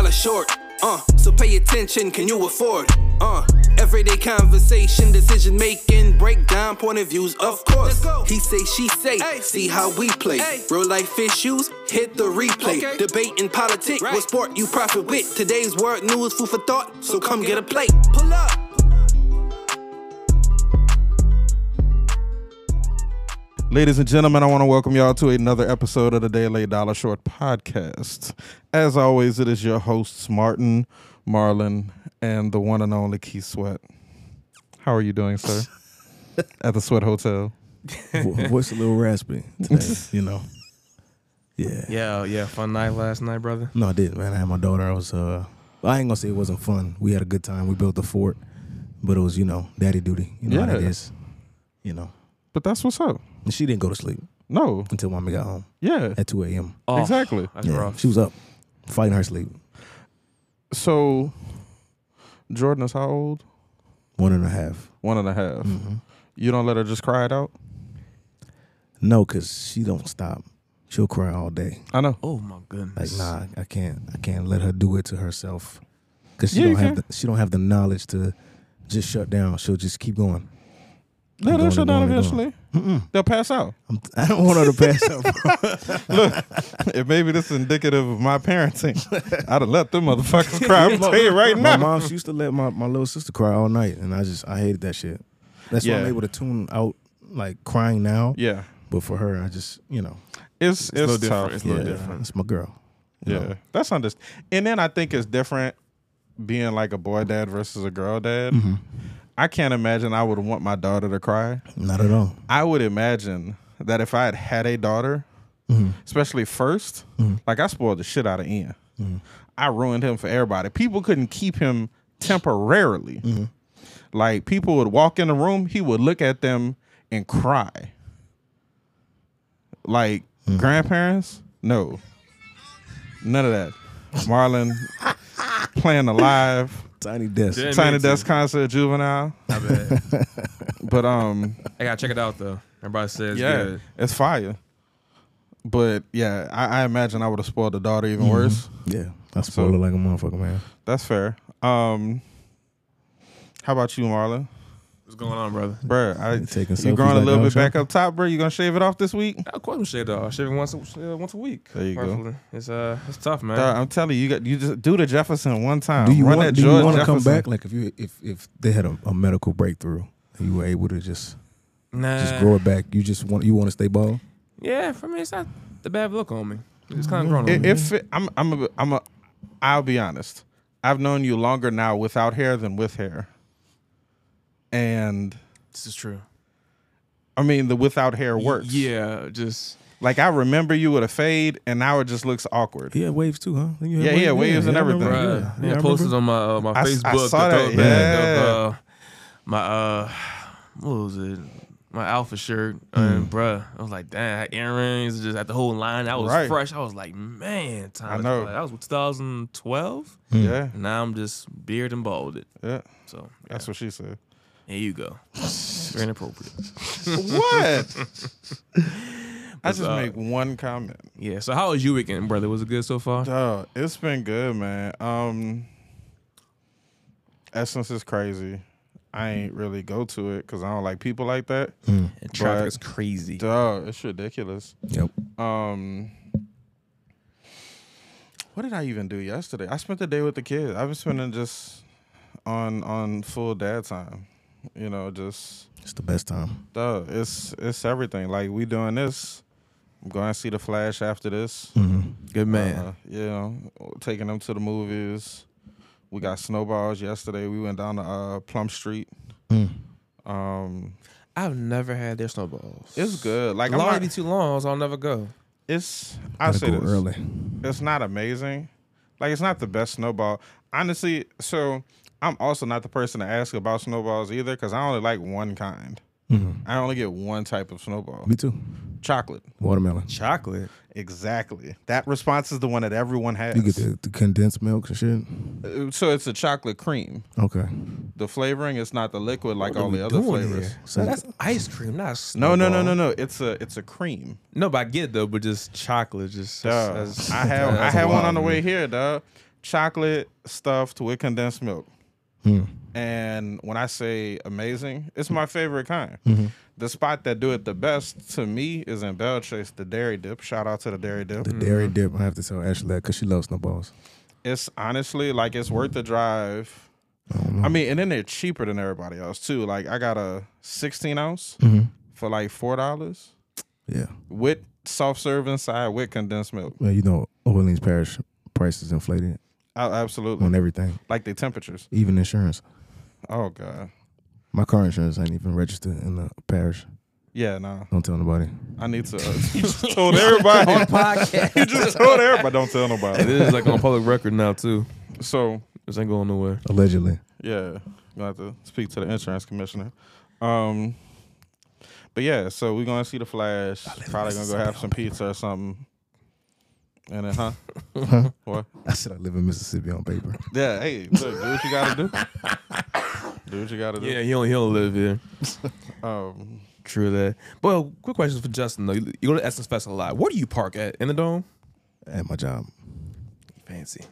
Uh, short. Uh, so pay attention, can you afford? Uh, everyday conversation, decision making, breakdown, point of views, of course. He say, she say, Ay. see how we play. Ay. Real life issues, hit the replay. Okay. Debate in politics, Right. what sport you profit with. Today's word news, food for thought, so come get a plate. Pull up. Ladies and gentlemen, I want to welcome y'all to another episode of the Daily Dollar Short Podcast. As always, it is your hosts, Martin, Marlon, and the one and only Keith Sweat. How are you doing, sir? At the Sweat Hotel. Vo- voice a little raspy today, you know. Yeah. Yeah, yeah, fun night last night, brother. No, I didn't, man. I had my daughter. I was uh I ain't gonna say it wasn't fun. We had a good time. We built the fort, but it was, you know, daddy duty. You know how that Yeah. is. You know. But that's what's up. And she didn't go to sleep No. until mommy got home Yeah. at two AM. Oh, Exactly. That's Yeah, rough. She was up fighting her sleep. So, Jordan is how old? One and a half. One and a half. You don't let her just cry it out? No, cause she don't stop. She'll cry all day. I know. Oh my Like, goodness. nah, I can't I can't let her do it to herself. Cause she Yeah, you don't have can. the, she don't have the knowledge to just shut down. She'll just keep going. No, they'll I'm going shut and down going and eventually. going. They'll pass out. I'm, I don't want her to pass out. bro. if maybe this is indicative of my parenting, I'd have let them motherfuckers cry. I'm telling you right My now. mom she used to let my, my little sister cry all night, and I just I hated that shit. That's why I'm Yeah. able to tune out like crying now. Yeah, But for her, I just you know, it's it's, a little tough. different. It's a little different. It's my girl. you yeah, know. that's understand. And then I think it's different being like a boy dad versus a girl dad. Mm-hmm. I can't imagine I would want my daughter to cry. not at all. I would imagine that if I had had a daughter, especially 1st like I spoiled the shit out of Ian. I ruined him for everybody. People couldn't keep him temporarily. Like people would walk in the room, he would look at them and cry. Like grandparents, no, none of that. Marlon playing the live Tiny desk. Didn't Tiny mean to. Desk concert, at juvenile, I bet. but um. I gotta check it out though. Everybody says it's yeah, good. it's fire. But yeah, I, I imagine I would have spoiled the daughter Mm-hmm. even worse. Yeah, I spoil So- it like a motherfucker, man. That's fair. Um, how about you, Marlon? What's going on, brother? Bro, I You taking you selfies growing a like little Donald bit Trump? back up top, bro. You gonna shave it off this week? I quote him shit though. I shave it once a, uh, once a week. There you go. It's uh it's tough, man. Dog, I'm telling you, you got you just do the Jefferson one time. Do you Run want? that Do you George want to come Jefferson. back? Like if you if if they had a, a medical breakthrough, and you were able to just nah. Uh. just grow it back. You just want you want to stay bald. Yeah, for me it's not the bad look on me. It's kind Mm-hmm. of grown on It, me. it fit, I'm I'm a, I'm a I'll be honest. I've known you longer now without hair than with hair. And This is true. I mean the without hair works. Yeah, just Like I remember you with a fade, and now it just looks awkward. Yeah, waves too, huh? You had Yeah, yeah, waves and I remember. everything. Yeah, Bruh. Yeah, I I remember. posted on my uh, my I s- I Facebook. saw the that, throwback yeah. Of, uh, my uh, what was it? My alpha shirt, Hmm. and bruh, I was like, damn, I had earrings, just at the whole line. I was Right. fresh. I was like, man, time. I to know. fly. That was 2012. Yeah, And now I'm just beard and balded. yeah. So yeah, That's what she said. here you go. Very inappropriate. what? I just uh, make one comment. Yeah. So how was your weekend, brother? Was it good so far? Duh, it's been good, man. Um, Essence is crazy. I ain't really go to it because I don't like people like that. And traffic but- is crazy. Duh, it's ridiculous. Yep. Um, what did I even do yesterday? I spent the day with the kids. I've been spending just on on full dad time. You know, just It's the best time. Duh, it's it's everything. Like we doing this. I'm going to see the Flash after this. Mm-hmm. Good Uh, you know, taking them to the movies. We got snowballs yesterday. We went down to uh, Plum Street. Mm. Um, I've never had their snowballs. it's good. Like Like, I'm long not, be too long, so I'll never go. it's I say go this. early. It's not amazing. Like it's not the best snowball. Honestly, so I'm also not the person to ask about snowballs either because I only like one kind. I only get one type of snowball, Mm-hmm. Me too. chocolate. Watermelon. Chocolate. Exactly. That response is the one that everyone has. You get the, the condensed milk and shit. Uh, so it's a chocolate cream. Okay. The flavoring is not the liquid like What are all we the other doing flavors. here? So that's ice cream, not No, snowball. no, no, no, no. It's a it's a cream. No, but I get it, though. But just chocolate, just Duh. that's- I have I that's had wild one on the to me. way here, dog. chocolate stuffed with condensed milk. Hmm. And when I say amazing, it's my favorite kind. Mm-hmm. The spot that do it the best to me is in Bell Chase, the Dairy Dip. Shout out to the Dairy Dip. Dairy dip. I have to tell Ashley that because she loves snowballs. It's honestly like it's worth the drive. I, mean, and then they're cheaper than everybody else too. Like I got a 16 ounce for like four dollars Yeah. with soft serve inside with condensed milk. Well, you know, Orleans Parish prices inflated Oh, absolutely. on everything, Like the temperatures. even insurance. Oh god. My car insurance ain't even registered in the parish. Yeah, no. Don't tell nobody. I need to. Uh, you just told everybody. you just told everybody. Don't tell It nobody. is like on public record now too. So This ain't going nowhere. Allegedly. yeah, gonna have to speak to the insurance commissioner. Um, but yeah, so we're gonna see the flash. Probably gonna go have some pizza or something. And then, huh? What? I said I live in Mississippi on paper. Yeah. Hey, look, do what you gotta do. Do what you gotta do. Yeah, he don't he don't live here. Um, True that. But quick question for Justin though. You you go to Essence Fest a lot. Where do you park at? In the dome? At my job. Fancy.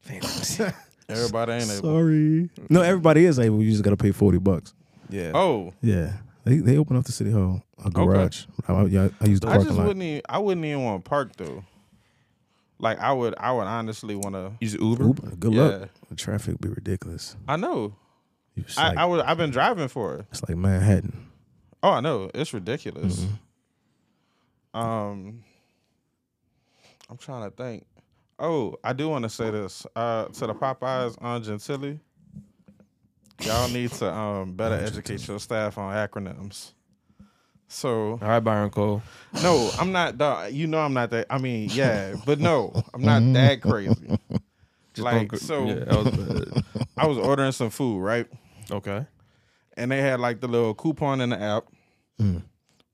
Fancy. everybody ain't able. Sorry. No, everybody is able. You just gotta pay forty bucks. yeah. Oh, Yeah. They they open up the city hall, a garage. I, I, I use the I parking just lot. wouldn't. Even, I wouldn't even want to park though. Like I would. I would honestly want to. Use Uber? Uber, good Yeah. luck. The traffic be ridiculous. I know. It's I, like, I would. I've been driving for it. it's like Manhattan. Oh, I know. It's ridiculous. Mm-hmm. Um, I'm trying to think. Oh, I do want to say this uh, to the Popeyes on Gentilly. Y'all need to um, better educate your staff on acronyms. So All right, Byron Cole. no, I'm not. Dog, you know I'm not that. I mean, yeah, but no, I'm not that crazy. Like Mm-hmm. don't- so, yeah, that was I was ordering some food, right? bad. okay. and they had like the little coupon in the app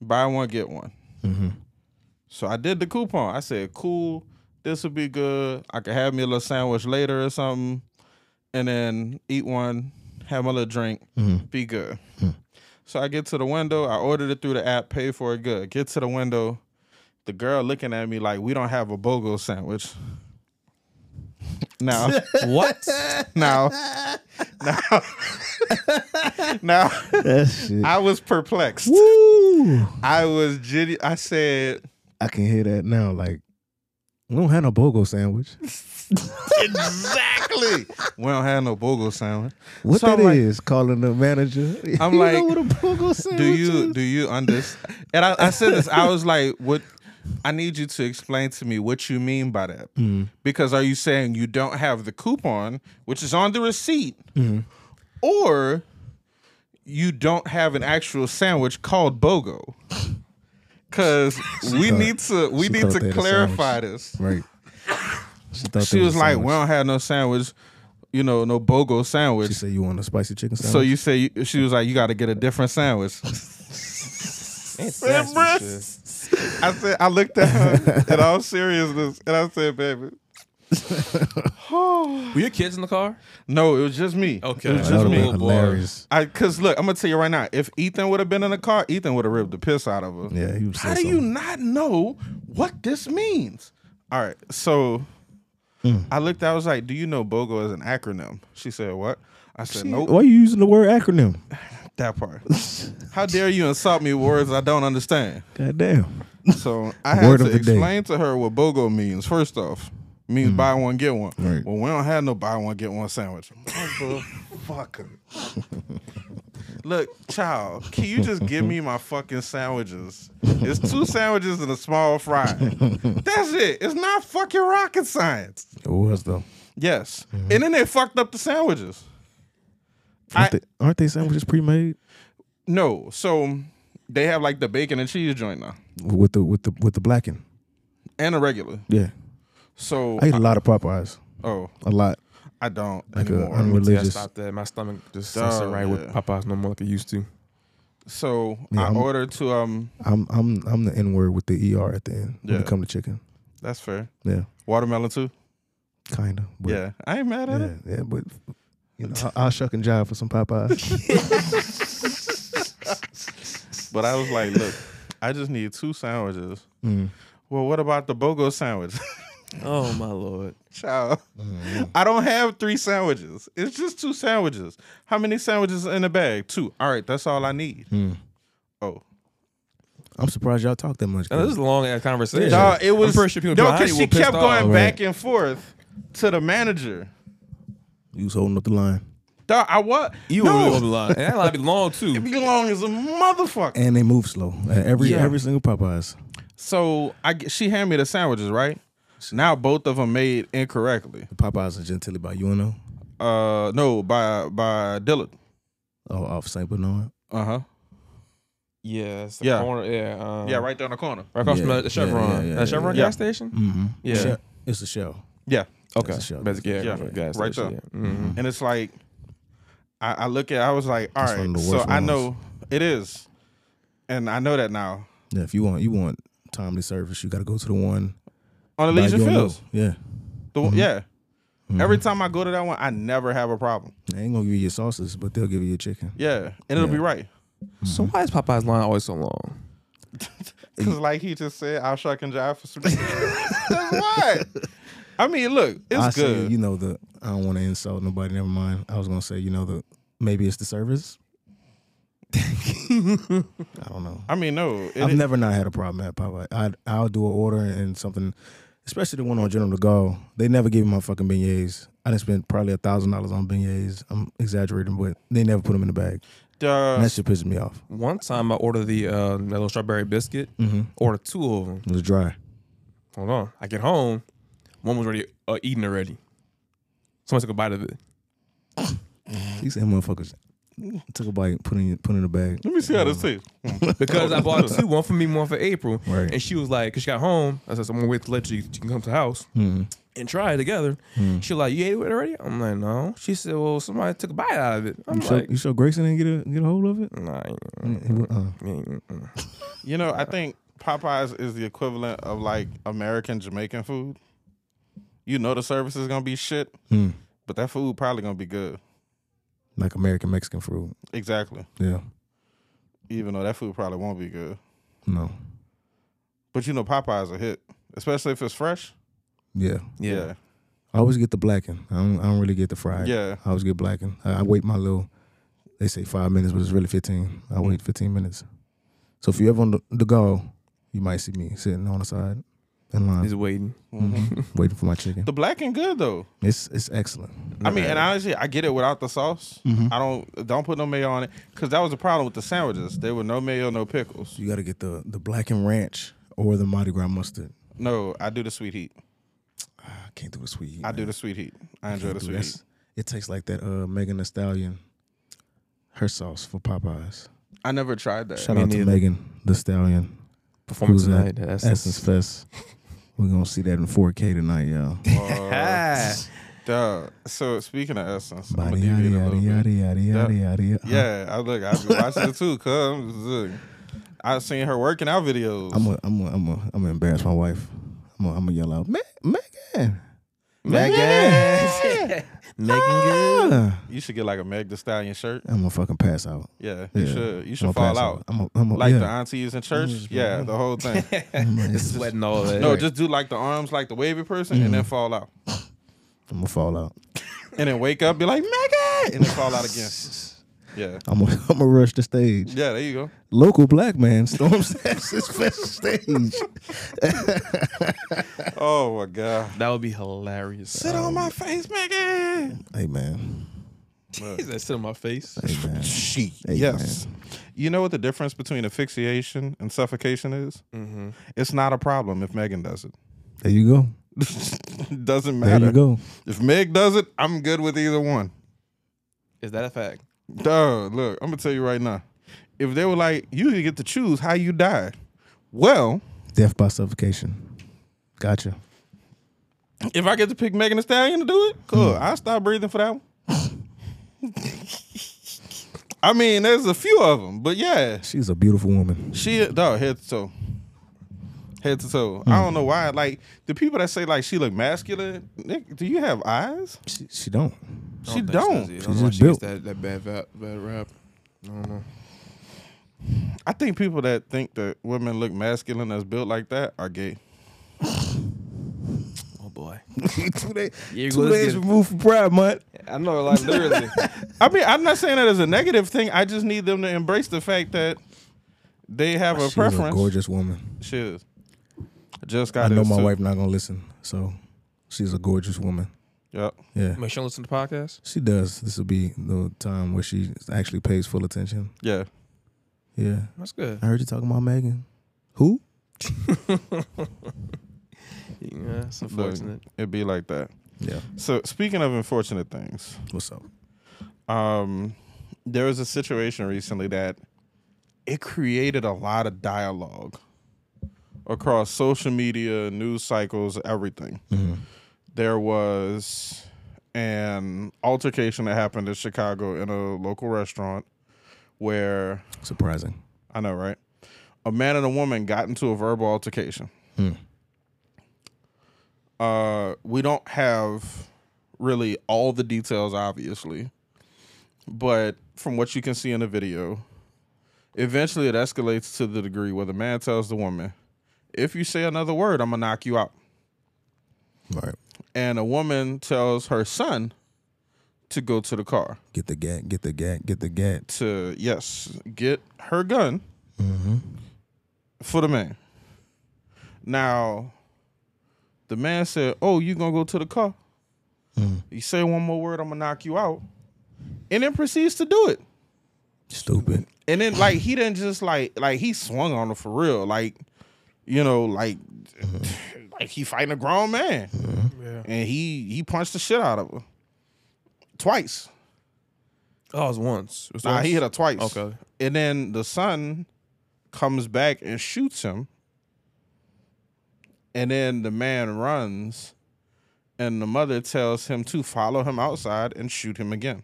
buy one get one so i did the coupon i said cool this would be good i could have me a little sandwich later or something and then eat one have my little drink be good so i get to the window i ordered it through the app pay for it good get to the window the girl looking at me like we don't have a bogo sandwich now What? now now now That shit. I was perplexed. Woo! I was jitty. I said, I can hear that now. Like, we don't have no bogo sandwich. exactly. we don't have no bogo sandwich. What So that I'm like- is? Calling the manager. I'm You like, know what a bogo sandwich Do you is? do you understand? And I, I said this. I was like, what? I need you to explain to me what you mean by that. Mm. Because are you saying you don't have the coupon, which is on the receipt, Mm-hmm. or you don't have an actual sandwich called bogo? Because we thought- need to we she need thought to they had a clarify sandwich. this. Right. She, thought she that was a like, sandwich. "We don't have no sandwich, you know, no bogo sandwich." She said, you want a spicy chicken sandwich? so you say she was like, "You got to get a different sandwich." That's bruh. some shit. I said, I looked at her in all seriousness, and I said, "Baby, Were your kids in the car? no, it was just me. Okay. it was that just would me." be Little boy. hilarious. I, cause look, I'm gonna tell you right now. If Ethan would have been in the car, Ethan would have ripped the piss out of her. Yeah, he would say How do you something. not know what this means? All right, so Mm. I looked. I was like, "Do you know BOGO is an acronym?" She said, "What?" I said, "Nope." Why are you using the word acronym? That part. How dare you insult me with words I don't understand? God damn. So I had Word of to the day. Hmm. explain to her what BOGO means. First off, means buy one get one. Right. Well, we don't have no buy one get one sandwich. Motherfucker. Look, child, can you just give me my fucking sandwiches? It's two sandwiches and a small fry. That's it. It's not fucking rocket science. It was though. Yes. Mm-hmm. And then they fucked up the sandwiches. I- Aren't, they, aren't they sandwiches pre-made No. So they have like the bacon and cheese joint now. with the with the with the blacking? and a regular. Yeah, So I eat a lot of Popeyes. oh, A lot. I don't Like a anymore. Yeah, I unreligious. stopped that. My stomach just Dog, doesn't sit right with yeah. Popeyes no more like it used to. so Yeah, I I'm- ordered to um. I'm I'm I'm the N word with the ER at the end when Yeah. it come to chicken. That's fair. Yeah, Watermelon too. kind of. yeah, I ain't mad at yeah, it. yeah, but you know, I, I'll shuck and jive for some Popeyes. But I was like, look, I just need two sandwiches. Mm. Well, what about the BOGO sandwich? Oh my lord. Child, Mm. I don't have three sandwiches. It's just two sandwiches. How many sandwiches in the bag? Two. All right, that's all I need. Mm. Oh, I'm surprised y'all talk that much. Now, this is a long ass conversation. Dawg, it was. I'm pretty sure people no, behind because you she were pissed kept going off. back and forth to the manager. you was holding up the line, Dawg, I what? You no, were on the line. And that line be long too. be long as a motherfucker. and they move slow. At every Yeah. every single Popeyes. So I g- she handed me the sandwiches, right? Now both of them made incorrectly. The Popeyes is Gentilly by UNO. Uh, no, by by Dillard. Oh, off Saint Bernard. Uh huh. Yeah, it's the Yeah. corner. Yeah, um, Yeah, right down the corner. Right across Yeah, from the- yeah, the Chevron. yeah, yeah, that Chevron yeah. gas station? Mm-hmm. Yeah. It's a shell. Yeah, Okay. That's a Chevron. Basic, yeah, Yeah, gas right station. there. yeah. Mhm. and it's like I, I look at. I was like, all That's one right. of the So worst I ones. know it is, and I know that now Yeah, if you want you want timely service, you got to go to the one. on by Elysian UNO. Fields. Yeah, The Mm-hmm. one yeah. Every time I go to that one, I never have a problem. they ain't gonna give you your sauces, but they'll give you your chicken. Yeah, and it'll be right. So why is Popeye's line always so long? Cause like he just said, I'll shuck and jive for some. That's why. I mean, look, it's I good. Say, you know the. I don't want to insult nobody. Never mind. I was gonna say you know the. Maybe it's the service. I don't know. I mean, no, it, I've never not had a problem at Popeye. I I'll do an order and something, especially the one on General De Gaulle. They never gave me my fucking beignets. I done spent probably a thousand dollars on beignets. I'm exaggerating, but they never put them in the bag. And uh, that shit pissed me off. One time I ordered the uh, that little strawberry biscuit. Mm-hmm. Ordered two of them. It was dry. Hold on. I get home. One was already uh, eaten already. Someone took a bite of it. These same motherfuckers took a bite, put in put in the bag. let me see how this tastes. because I bought two, one for me, one for April. Right. And she was like, cause she got home. I said, so I'm gonna wait to let you, you can come to the house and try it together. She was like, you ate it already? I'm like, no. She said, well, somebody took a bite out of it. I'm You sure, like, you sure Grayson didn't get a get a hold of it? nah. I ain't- Uh, I ain't- mm-mm." You know, I think Popeyes is the equivalent of like American Jamaican food. You know, the service is gonna be shit, mm. but that food probably gonna be good. Like American Mexican food. Exactly. Yeah. Even though that food probably won't be good, No. but you know, Popeyes a hit, especially if it's fresh. Yeah. Yeah. I always get the blackened. I don't, I don't really get the fried. Yeah. I always get blackened. I, I wait my little. They say five minutes, but it's really fifteen. Mm. I wait fifteen minutes. So if you ever on the, the go, you might see me sitting on the side in line, He's waiting. waiting for my chicken. The black and good though. It's it's excellent. I mean, and honestly, I get it without the sauce. Mm-hmm. I don't don't put no mayo on it because that was the problem with the sandwiches. There were no mayo, no pickles. You got to get the the blackened ranch or the Mardi Gras mustard. No, I do the sweet heat. I can't do the sweet. heat, I do man. the sweet heat. I enjoy Can't the do- sweet that's- heat. It tastes like that uh, Megan Thee Stallion, her sauce for Popeyes. I never tried that. Shout Me out to neither. Megan the Stallion. Performance Who's that? tonight. That's Essence Fest. We're gonna see that in 4K tonight, y'all. Uh, duh. So speaking of essence, I'm Yada gonna yada deviate a yada little bit. yada yada yada yada. yada. Yeah, I look. I be watching it too. Cause look, I seen her working out videos. I'm a, I'm a, I'm a, I'm gonna embarrass my wife. I'm gonna, I'm gonna yell out, "Me- Megan, Megan, Making good. Ah! you should get like a Meg The Stallion shirt. I'm gonna fucking pass out. Yeah, you Yeah. should. You I'm should gonna pass fall out. I'm a, I'm a, Like the yeah. Mm-hmm. aunties in church. Yeah, the whole thing. I'm gonna- Sweating all that. No, just do like the arms, like the wavy person, and Mm-hmm. then fall out, I'm gonna fall out. and then wake up, be like Megan, and then fall out again. Yeah, I'm gonna, I'm gonna rush the stage. yeah. There you go. Local black man storms Essence Fest stage. Oh my god. that would be hilarious. Sit on my face, Megan. hey man, Is that sit on my face? hey man, She. Hey, yes. You know what the difference between asphyxiation and suffocation is? Mm-hmm. It's not a problem if Megan does it. there you go. it doesn't There matter. you go. If Meg does it, I'm good with either one. Is that a fact? Duh, look, I'm gonna tell you right now. If they were like, you get to choose how you die, well, Death by suffocation. Gotcha. if I get to pick Megan Thee Stallion to do it, cool. Hmm. I'll stop breathing for that one. I mean, there's a few of them, but yeah, She's a beautiful woman. she dog head to toe, head to toe. I Hmm. don't know why. Like the people that say like she look masculine, Nick, do you have eyes? She, she don't. She don't. She She's just just built. built that, that bad, va- bad rap. I don't know. I think people that think that women look masculine that's built like that are gay. Well, boy. two days, Yeah, two let's days get it. removed from Pride Month. I know, like literally. I mean, I'm not saying that as a negative thing. I just need them to embrace the fact that they have a She's a preference. gorgeous woman. She is. Just I got. know this my too. wife not gonna listen, so she's a gorgeous woman. Yep. Yeah, Make sure you listen to the podcast. she does. This will be the time where she actually pays full attention. Yeah. Yeah, That's good. I heard you talking about Megan. Who? Yeah, it's Look, unfortunate. It'd be like that. Yeah. So speaking of unfortunate things, What's up? um, there was a situation recently that it created a lot of dialogue across social media, news cycles, everything. Mm-hmm. There was an altercation that happened in Chicago in a local restaurant where Surprising. I know, right? A man and a woman got into a verbal altercation. Uh, we don't have really all the details, obviously, but from what you can see in the video, eventually it escalates to the degree where the man tells the woman, "If you say another word, I'm gonna knock you out." All right. And a woman tells her son to go to the car Get the gat. Get the gat. Get the gat. to yes get her gun for the man. Now, the man said, "Oh, you gonna go to the car? You say one more word, I'm gonna knock you out," and then proceeds to do it. Stupid. And then like he didn't just like like he swung on her for real, like you know like like he fighting a grown man, Yeah. and he he punched the shit out of her twice. Oh, it was once. It was Nah, once. he hit her twice. Okay. And then the son comes back and shoots him. And then the man runs, and the mother tells him to follow him outside and shoot him again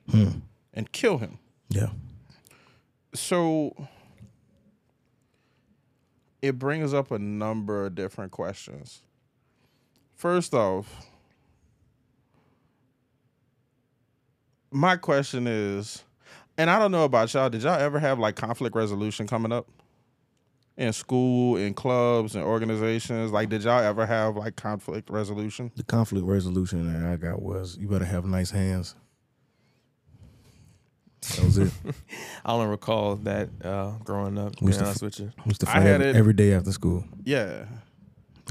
and kill him. Yeah. So it brings up a number of different questions. First off, my question is, and I don't know about y'all, did y'all ever have like conflict resolution coming up? In school, in clubs, and organizations? Like, did y'all ever have like conflict resolution? The conflict resolution that I got was you better have nice hands. That was it. I don't recall that uh, growing up. To We be used to honest with you, Used to I fight had every- it- every day after school. Yeah.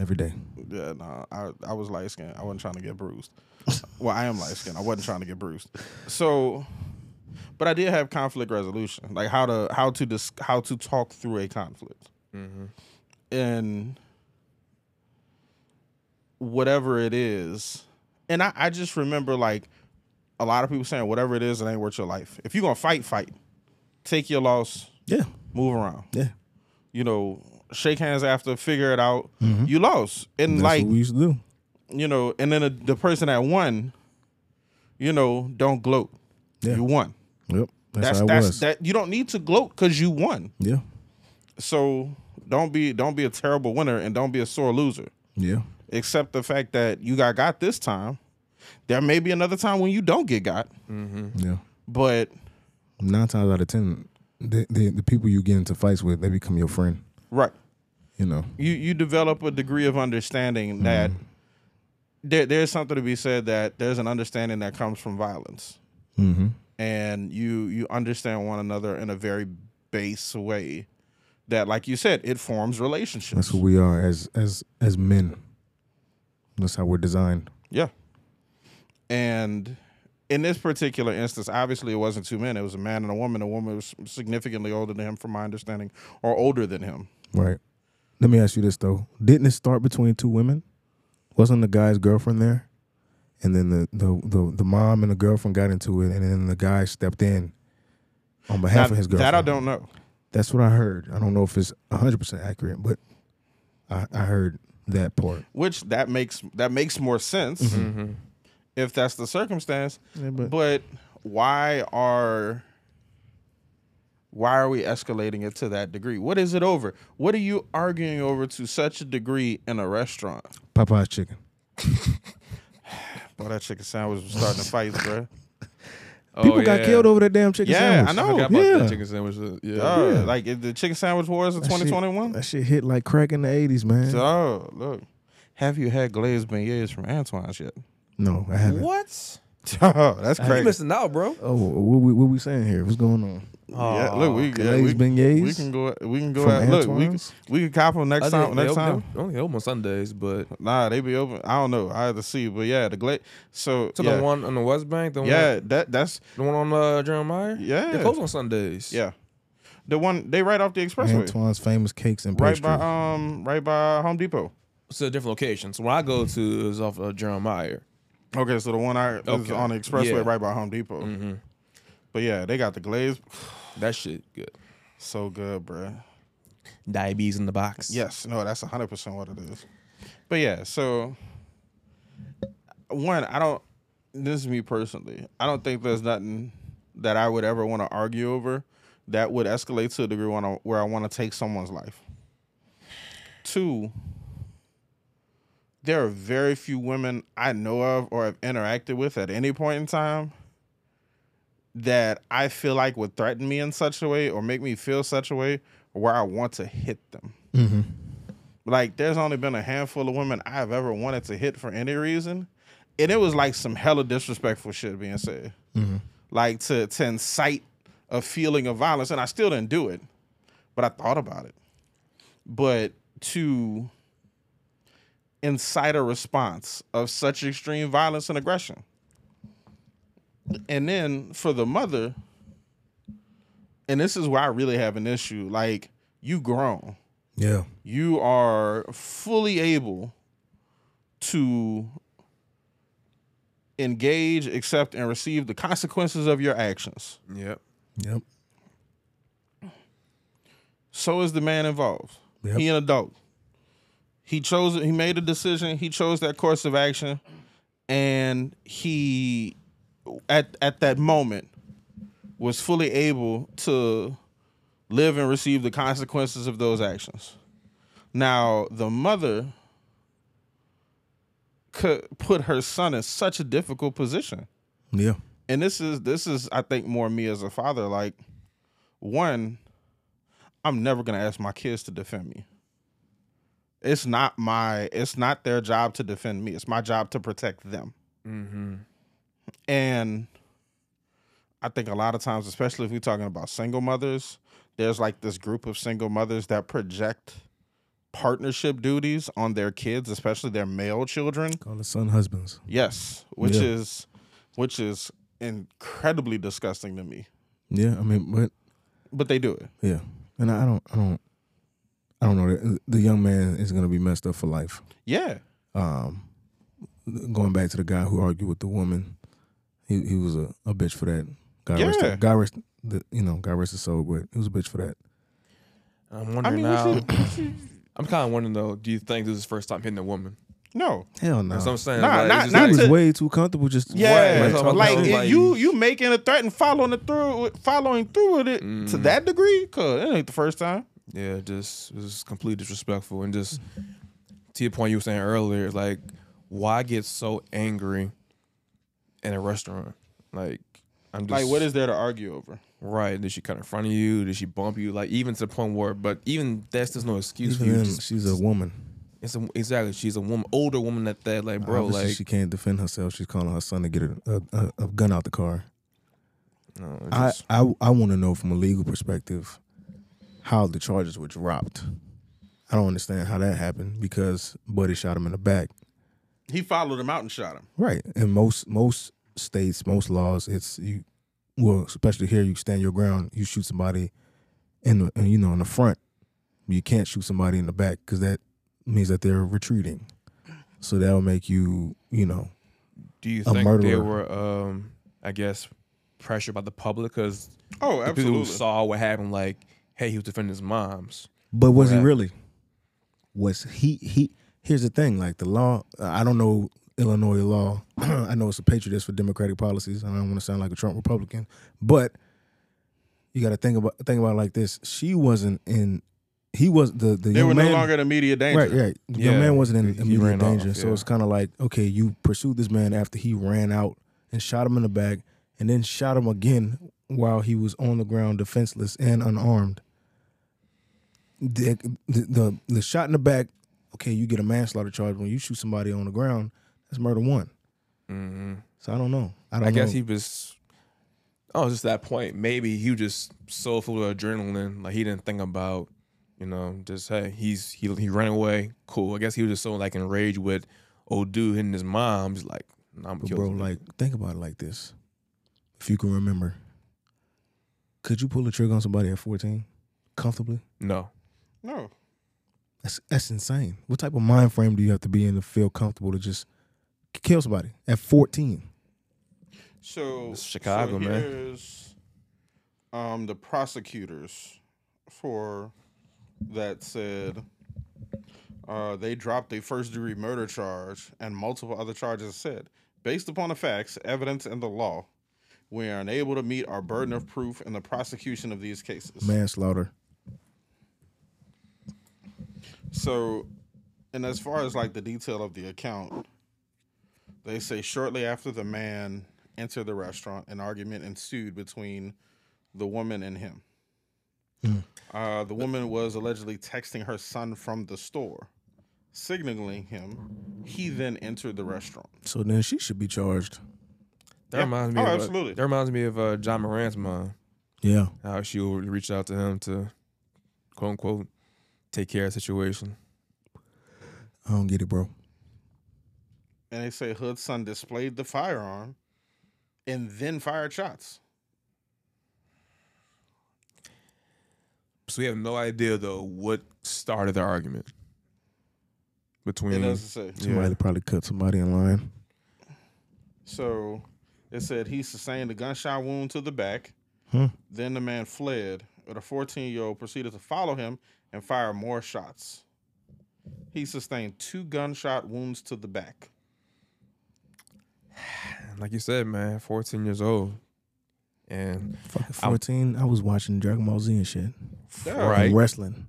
Every day. Yeah, no, I, I was light skinned. I wasn't trying to get bruised. well, I am light skinned. I wasn't trying to get bruised. So, but I did have conflict resolution, like how to how to dis- how to talk through a conflict, and whatever it is, and I, I just remember like a lot of people saying whatever it is, it ain't worth your life. If you're gonna fight, fight, take your loss, Yeah. move around. Yeah. You know, shake hands after, figure it out. You lost, and Mm-hmm. That's like what we used to do. you know, and then the, the person that won, you know, don't gloat. Yeah. You won. Yep. That's, That's how it that's was. that. You don't need to gloat because you won. yeah. So don't be don't be a terrible winner and don't be a sore loser. Yeah. Except the fact that you got got this time. There may be another time when you don't get got, Yeah. but Nine times out of ten, the, the the people you get into fights with, they become your friend. right. You know. you you develop a degree of Mm-hmm. understanding that there there's something to be said that there's an understanding that comes from violence, Mm-hmm. and you you understand one another in a very base way. That, like you said, it forms relationships. That's who we are as as as men. That's how we're designed. Yeah. And in this particular instance, obviously it wasn't two men; it was a man and a woman. A woman was significantly older than him, from my understanding, or older than him. Right. Let me ask you this though. Didn't it start between two women? Wasn't the guy's girlfriend there? And then the the the, the mom and the girlfriend got into it and then the guy stepped in on behalf Now, of his girlfriend. that I don't know. That's what I heard. I don't know if it's 100% accurate, but I, I heard that part. which that makes that makes more sense Mm-hmm. if that's the circumstance but- but, why are why are we escalating it to that degree what is it over what are you arguing over to such a degree in a restaurant Popeye's chicken. boy Oh, that chicken sandwich was starting to fight bro People got killed over that damn chicken Oh, Yeah, I sandwich. know. I forgot about Yeah. that chicken sandwich. uh, Yeah. Duh, like if the chicken sandwich wars of That shit- 2021 That shit hit like crack in the 80s, man. oh look Have you had glazed beignets from Antoine's yet? No, I haven't. What? oh, that's You crazy. missing out, bro. Oh, what we, what we saying here? What's going on? Yeah, look, we, yeah, we, glazed beignets we can go. We can go from out. Look, we can, Antoine's? we can cop them next I time. think they Next open- time. they Only open on Sundays, but Nah, they be open. I don't know. I have to see, but yeah, the glaze. So to yeah, the one on the West Bank, the one yeah, that that's The one on uh, Jeremiah? They Yeah. close on Sundays. yeah, the one they right off the expressway, Antoine's famous cakes and right pastries. by um, right by Home Depot. It's a different location. So when I go to is off of Jeremiah. Okay, so the one I this is Okay. on the expressway, Yeah. Mm-hmm. right by Home Depot. But yeah, they got the glaze. That shit good. So good, bruh. Diabetes in the box. Yes, no, that's hundred percent what it is. But yeah, so one, I don't. This is me personally. I don't think there's nothing that I would ever want to argue over that would escalate to a degree when I, where I want to take someone's life. Two, there are very few women I know of or have interacted with at any point in time that I feel like would threaten me in such a way or make me feel such a way where I want to hit them. Like, there's only been a handful of women I've ever wanted to hit for any reason. And it was like some hella disrespectful shit being said. Like, to, to incite a feeling of violence. And I still didn't do it, but I thought about it. But to incite a response of such extreme violence and aggression. And then for the mother, and this is where I really have an issue. Like, you grown Yeah. you are fully able to engage, accept, and receive the consequences of your actions. Yep. Yep. So is the man involved. Yep. He an adult. He chose he made a decision, he chose that course of action, and he at at that moment was fully able to live and receive the consequences of those actions. Now, the mother could put her son in such a difficult position Yeah. and this is this is I think more me as a father. Like, one, I'm never gonna ask my kids to defend me. It's not my it's not their job to defend me. It's my job to protect them. And I think a lot of times, especially if we're talking about single mothers, there's like this group of single mothers that project partnership duties on their kids, especially their male children. Call it son husbands. Yes, which Yeah. is which is incredibly disgusting to me. Yeah. I mean, but But they do it. yeah. And I don't. I don't. I don't know. The- The young man is gonna be messed up for life. Yeah. Um, going back to the guy who argued with the woman, he he was a, a bitch for that. God rest. Yeah. God rest. The, you know, God rest his soul, but he was a bitch for that. I'm I wondering mean, now. we should, I'm kind of wondering though. Do you think this is his first time hitting a woman? no. Hell no. That's what I'm saying. Nah, like, not- it's He just not like- was to- way too comfortable just Yeah, Right, talking about like, those, if like- you you making a threat and following it through, with- following through with it to that degree, cause it ain't the first time. yeah, just it was completely disrespectful and just to your point you were saying earlier, like why get so angry in a restaurant? Like I'm just Like, what is there to argue over? right? Did she cut in front of you? Did she bump you? Like even to the point where, but even that's just no excuse for Even you. then, Just- she's a woman. It's a, exactly. She's a woman, older woman at that. Like, bro, Obviously, like, she can't defend herself. She's calling her son to get a, a, a, a gun out the car. no, it's I just- I, I want to know from a legal perspective how the charges were dropped. I don't understand how that happened because Buddy shot him in the back. He followed him out and shot him. Right. In most most states, most laws, it's you. Well, especially here, you stand your ground. You shoot somebody in the you know in the front. You can't shoot somebody in the back because that means that they're retreating. So that'll make you you know do you a think they murderer. were, um, I guess, pressured by the public because Oh, the people who absolutely. saw what happened, like, hey, he was defending his moms. But was he Right. really? Was he he? Here's the thing: like the law, I don't know Illinois law. I know it's a patriotist for democratic policies. and I don't want to sound like a Trump Republican, but you got to think about think about it like this: she wasn't in. He was the the They young were no man- longer in immediate danger. Right, right. The young Yeah. man wasn't in He- he immediate ran off, danger, so yeah. it's kind of like okay, you pursued this man after he ran out and shot him in the back, and then shot him again while he was on the ground, defenseless and unarmed. The the the, the shot in the back, okay, you get a manslaughter charge when you shoot somebody on the ground. That's murder one. So I don't know. I don't. Mm-hmm. I guess know. he was. Oh, just that point. Maybe he was just so full of adrenaline, like he didn't think about, you know, just hey, he's he he ran away. Cool. I guess he was just so like enraged with old dude hitting his mom. Just like nah, I'm But gonna kill bro, this nigga. like, think about it like this. If you can remember, could you pull the trigger on somebody at 14 comfortably? no. No. That's that's insane. What type of mind frame do you have to be in to feel comfortable to just k- kill somebody at 14? So It's Chicago, so man. Here's, um, the prosecutors for that said uh, they dropped a first degree murder charge and multiple other charges. Said based upon the facts, evidence, and the law, we are unable to meet our burden of proof in the prosecution of these cases. Manslaughter. So, and as far as like the detail of the account, they say shortly after the man entered the restaurant, an argument ensued between the woman and him. Uh, the woman was allegedly texting her son from the store, signaling him. He then entered the restaurant. So then she should be charged. That Yeah. reminds me. Oh, of, uh, absolutely. That reminds me of uh, John Moran's mom. Yeah. How she would reach out to him to, quote unquote, take care of the situation. I don't get it, bro. And they say Hood's son displayed the firearm and then fired shots. So we have no idea though what started the argument It between. doesn't say. Somebody probably cut somebody in line. So it said he sustained a gunshot wound to the back. Then the man fled, but a 14 year old proceeded to follow him and fire more shots. He sustained two gunshot wounds to the back. like you said, man, 14 years old. And Fucking 14, I was watching Dragon Ball Z and shit. right, And wrestling.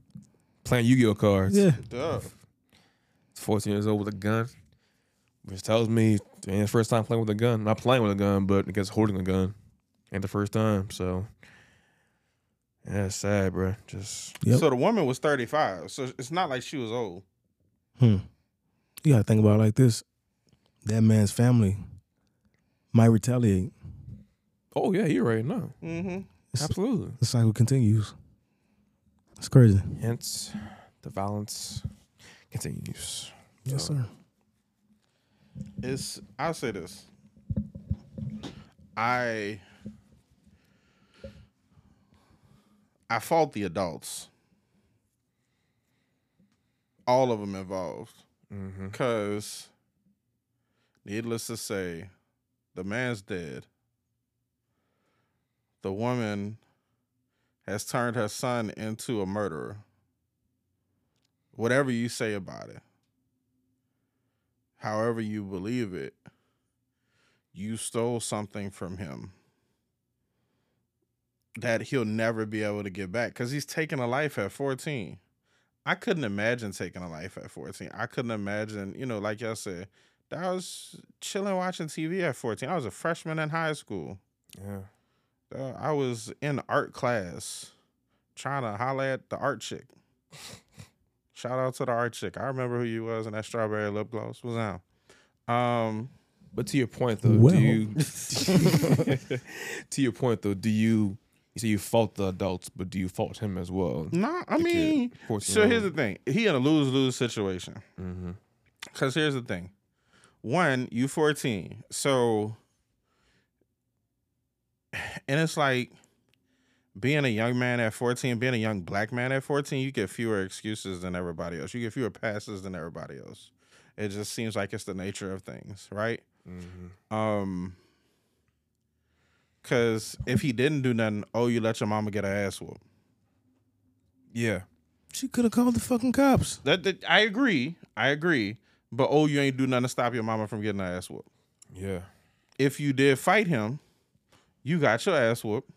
playing Yu-Gi-Oh cards. Yeah. Duh. 14 years old with a gun, which tells me it ain't the first time playing with a gun. Not playing with a gun, but I guess holding a gun ain't the first time. So yeah, it's sad, bro. Just Yep. So the woman was 35, so it's not like she was old. Hmm. You gotta think about it like this. That man's family might retaliate. oh yeah, you're right. No, Mm-hmm. absolutely. The cycle continues. It's crazy. Hence, the violence continues. Yes, sir. It's I'll say this. I I fault the adults. All of them involved. Mm-hmm. Because, needless to say, the man's dead. The woman has turned her son into a murderer. Whatever you say about it, however you believe it, you stole something from him that he'll never be able to get back because he's taking a life at 14. I couldn't imagine taking a life at 14. I couldn't imagine, you know, like y'all said, I was chilling watching TV at 14. I was a freshman in high school. Yeah. Uh, I was in art class trying to holler at the art chick. Shout out to the art chick. I remember who you was in that strawberry lip gloss. Was out. Um, But to your point though, Well. do you to your point though, do you you say you fault the adults, but do you fault him as well? nah, I The kid, mean, 14 so year here's the old. thing. He in a lose lose situation. Mm-hmm. Because here's the thing. One, you 14. So, and it's like being a young man at 14, being a young black man at 14, you get fewer excuses than everybody else. You get fewer passes than everybody else. It just seems like it's the nature of things, right? Um, because if he didn't do nothing, oh, you let your mama get her ass whooped. Yeah. She could have called the fucking cops. That, that I agree, I agree. But oh, you ain't do nothing to stop your mama from getting her ass whooped. Yeah. if you did fight him, you got your ass whooped.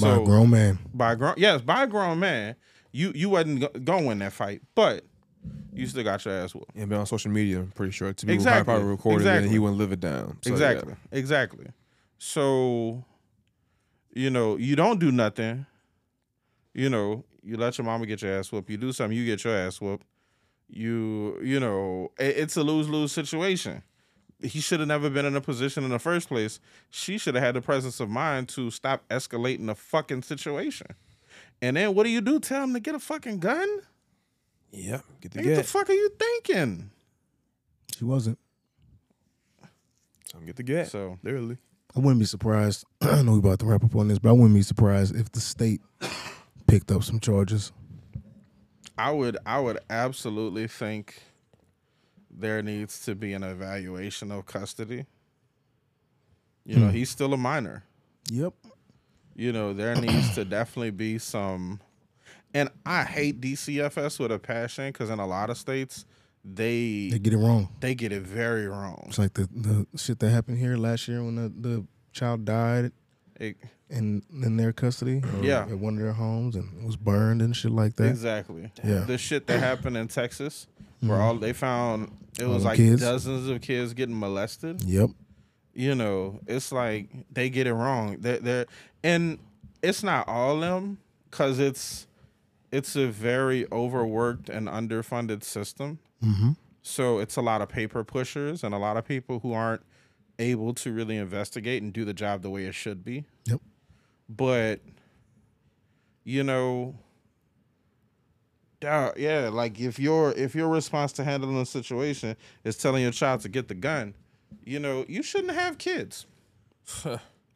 By a grown man. by a grown yes, by a grown man, you you wasn't go- gonna win that fight, but you still got your ass whooped. And been on social media, I'm pretty sure. To be Exactly. probably recorded and Exactly. he wouldn't live it down. So, yeah. exactly, exactly. So, you know, you don't do nothing. You know, you let your mama get your ass whooped. You do something, you get your ass whooped. you you know it, it's a lose lose situation. He should have never been in a position in the first place. She should have had the presence of mind to stop escalating the fucking situation. And then what do you do? Tell him to get a fucking gun? Yep. Get the Like, What the get. fuck are you thinking? She wasn't. Tell 'em get the get. So literally. I wouldn't be surprised. I know we about to wrap up on this, but I wouldn't be surprised if the state picked up some charges. I would I would absolutely think there needs to be an evaluation of custody. You Hmm. know, he's still a minor. Yep. You know, there needs to definitely be some and I hate DCFS with a passion because in a lot of states They they get it wrong. they get it very wrong. It's like the, the shit that happened here last year when the, the child died It- in in their custody. or Oh. Yeah. At one of their homes and was burned and shit like that. exactly. Yeah. Mm-hmm. The shit that happened in Texas where all they found it was them like kids. dozens of kids getting molested. Yep. you know, it's like they get it wrong. They're, they're and it's not all them because it's it's a very overworked and underfunded system. So it's a lot of paper pushers and a lot of people who aren't able to really investigate and do the job the way it should be. Yep. But you know, dawg, yeah, like if your if your response to handling a situation is telling your child to get the gun, you know, you shouldn't have kids.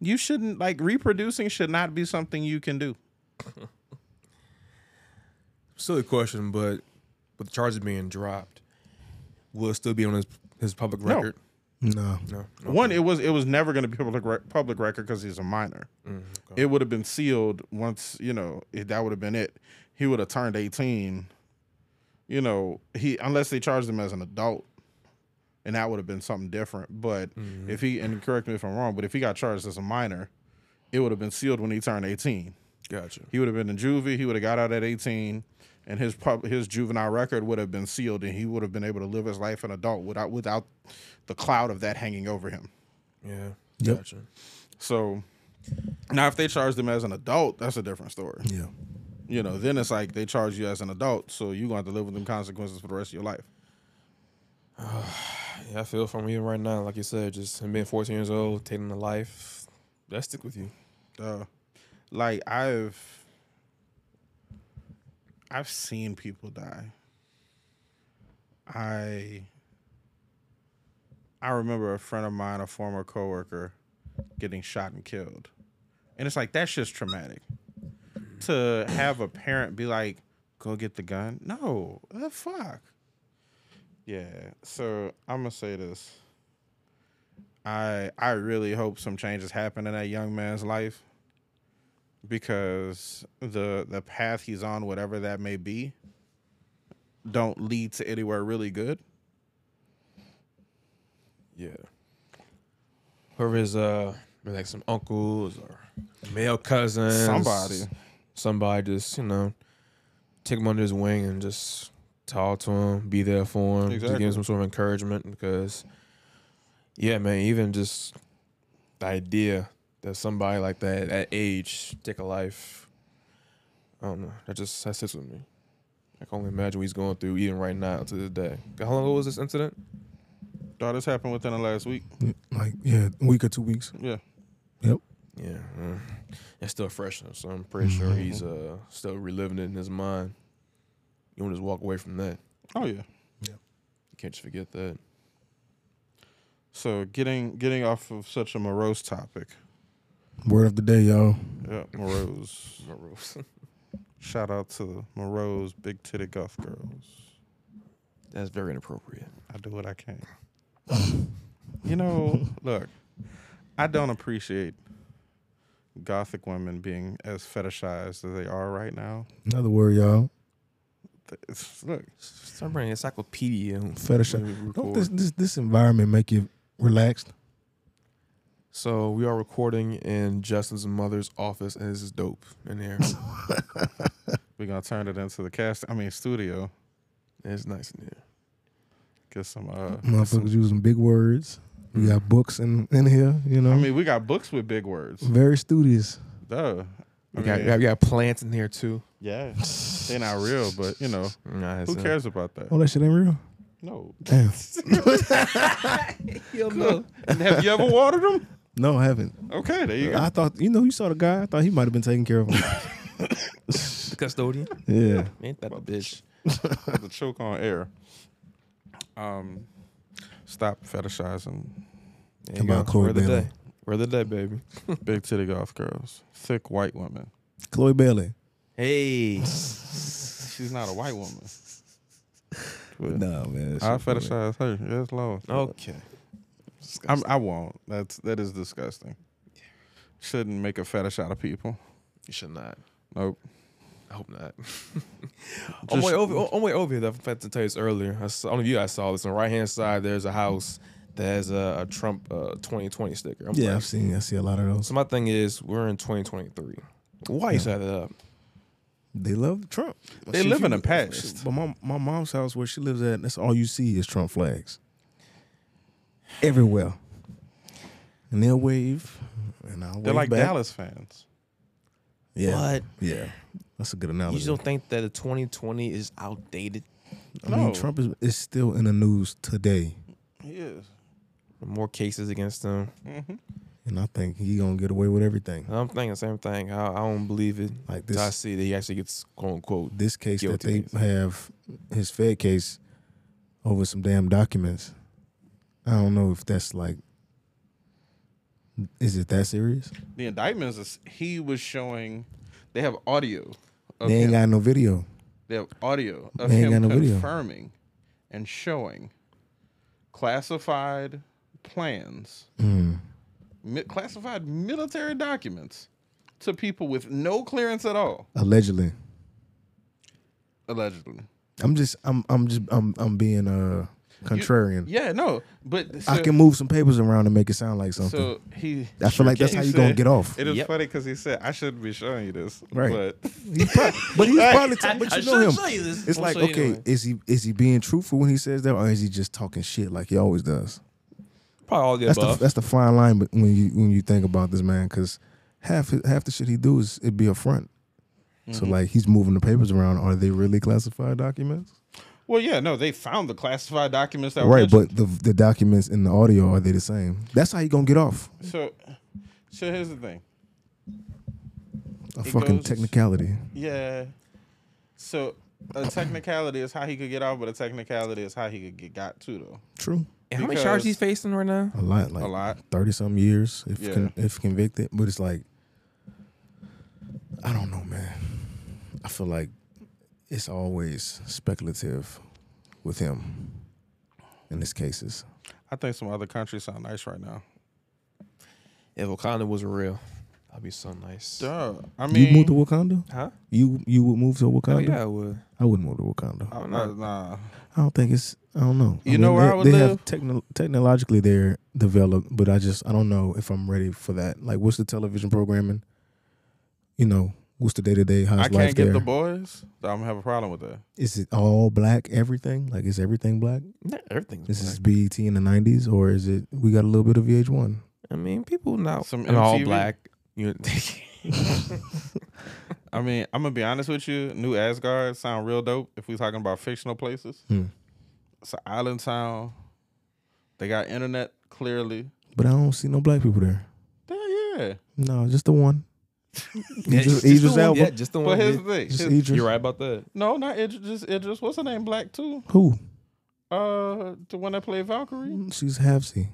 you shouldn't like reproducing should not be something you can do. Silly question, but with the charges being dropped, will it still be on his his public record? No. No. One, it was it was never going to be public rec- public record because he's a minor. It would have been sealed once you know it, that would have been it. He would have turned eighteen. You know he unless they charged him as an adult, and that would have been something different. But if he and correct me if I'm wrong, but if he got charged as a minor, it would have been sealed when he turned eighteen. Gotcha. He would have been in juvie. He would have got out at 18, and his pub, his juvenile record would have been sealed, and he would have been able to live his life an adult without without the cloud of that hanging over him. Yeah. Yep. Gotcha. So now, if they charged him as an adult, that's a different story. Yeah. You know, then it's like they charge you as an adult, so you're gonna have to live with them consequences for the rest of your life. Yeah, I feel from him right now, like you said, just him being 14 years old, taking the life. That stick with you. Uh, like I've I've seen people die. I I remember a friend of mine, a former coworker, getting shot and killed. And it's like that's just traumatic. To have a parent be like, go get the gun. No. The fuck. Yeah. So I'ma say this. I I really hope some changes happen in that young man's life because the the path he's on, whatever that may be, don't lead to anywhere really good. Yeah. Whoever is uh like some uncles or male cousins. Somebody. Somebody just, you know, take him under his wing and just talk to him, be there for him, just Exactly. give him some sort of encouragement because yeah, man, even just the idea that somebody like that at age take a life. I don't know. That just that sits with me. I can only imagine what he's going through even right now to this day. How long ago was this incident? Thought this happened within the last week. Like yeah, a week or two weeks. Yeah. Yep. Yeah, mm. it's still fresh, so I'm pretty sure he's uh still reliving it in his mind. You want to just walk away from that. Oh yeah. You can't just forget that. So getting getting off of such a morose topic. Word of the day, y'all. Yeah, morose. My rules. Shout out to the morose big titty goth girls. That's very inappropriate. I do what I can. you know, look, I don't appreciate gothic women being as fetishized as they are right now. Another word, y'all. Th- It's, look, Start bringing encyclopedia. and- Fetish. when we record. Don't this, this this environment make you relaxed? So we are recording in Justin's mother's office, and this is dope in here. we're gonna turn it into the cast. I mean, studio. it's nice in here. Get some. Uh, get some- Motherfuckers using big words. We got books in in here. You know, I mean, we Mm. got books with big words. very studious. Duh. I We got, mean, we got plants in here too. Yeah, they're not real, but you know, Nah, who it's, uh, cares about that? Oh, that shit ain't real. No. Damn. And have you ever watered them? No, I haven't. Okay, there you go. I thought you know you saw the guy. I thought he might have been taking care of him. The custodian. yeah. Ain't that a bitch? the choke on air. Um, stop fetishizing There you Come on, go. Chloe Word of the Bailey. day. Word of the day, baby. big titty golf girls, thick white women. Chloe Bailey. Hey. She's not a white woman. No man. I fetishize her. Yes, Lord. Okay. I'm, I won't. That's that is disgusting. Shouldn't make a fetish out of people. You should not. Nope. I hope not. on, way over, on way over here, though, I forgot to tell you this earlier. I, saw, I don't know if you guys saw this. On the right hand side, there's a house that has a, a Trump uh, 2020 sticker. I'm Yeah, like, I've seen. I see a lot of those. So my thing is, we're in 2023. Why you set it up? They love Trump. They live in the past. But my my mom's house where she lives at, that's all you see is Trump flags. Everywhere. And they'll wave. And I'll They're wave like back. Dallas fans. Yeah. What? Yeah. That's a good You analogy. just don't think that the 2020 is outdated? I mean, No. Trump is, is still in the news today. He is. More cases against them. And I think he gonna get away with everything. I'm thinking the same thing. I, I don't believe it. Like till I this see that he actually gets quote unquote. this case that they Guilty. have his Fed case over some damn documents. I don't know if that's like is it that serious? The indictments is he was showing. They have audio. Of They ain't him. got no video. They have audio of They ain't him got no video. confirming and showing classified plans, Mm. mi- classified military documents to people with no clearance at all, Allegedly. allegedly. I'm just I'm I'm just I'm I'm being uh contrarian. Yeah, no, but so, I can move some papers around and make it sound like something. so he. I feel like that's how he you gonna said- get off. It is Yep. funny because he said I shouldn't be showing you this, Right. But He prob- but he's probably talking but I you know him. should show you this. It's I'm like, gonna show you okay, anyway. is he is he being truthful when he says that or is he just talking shit like he always does? probably all the That's the above. that's the fine line but when you when you think about this man cuz half half the shit he do is it be a front. So Mm-hmm. like he's moving the papers around are they really classified documents? well, yeah, no, they found the classified documents that were Right, mentioned. but the the documents in the audio are they the same? That's how you going to get off. so, so here's the thing. A It fucking goes- technicality. Yeah. So a technicality is how he could get off, but a technicality is how he could get got to though. True. And how many because- charges he's facing right now? a lot, like A lot. thirty some years if Yeah. con- if convicted. But it's like, I don't know, man. I feel like it's always speculative with him in his cases. I think some other countries sound nice right now. If Wakanda was real, I'd be so nice. Duh. I you mean, move to Wakanda? Huh? You you would move to Wakanda? Oh yeah, I would. I wouldn't move to Wakanda. I don't know, nah. I don't think it's. I don't know. Oh. You know where they, I would they live? have techno- technologically they're developed, but I just I don't know if I'm ready for that. Like, what's the television programming? You know, what's the day to day? How's I life can't get there? the boys. I'm gonna have a problem with that. is it all black everything? Like is everything black? Not everything's This black. is BET in the nineties, or is it we got a little bit of VH1? I mean, people now Some Oh, and all MTV. black. You I mean, I'm gonna be honest with you. New Asgard sound real dope if we're talking about fictional places. Hmm. It's an island town. They got internet clearly. But I don't see no black people there. Yeah, yeah. No, just the one. Yeah, Idris, the Idris one- Elba. Yeah, just the But one. here's the bit. thing. Just His- Idris. You're right about that. no, not Idris. Just Idris. What's her name? Black too. Who? Uh, the one that played Valkyrie. She's halfsy.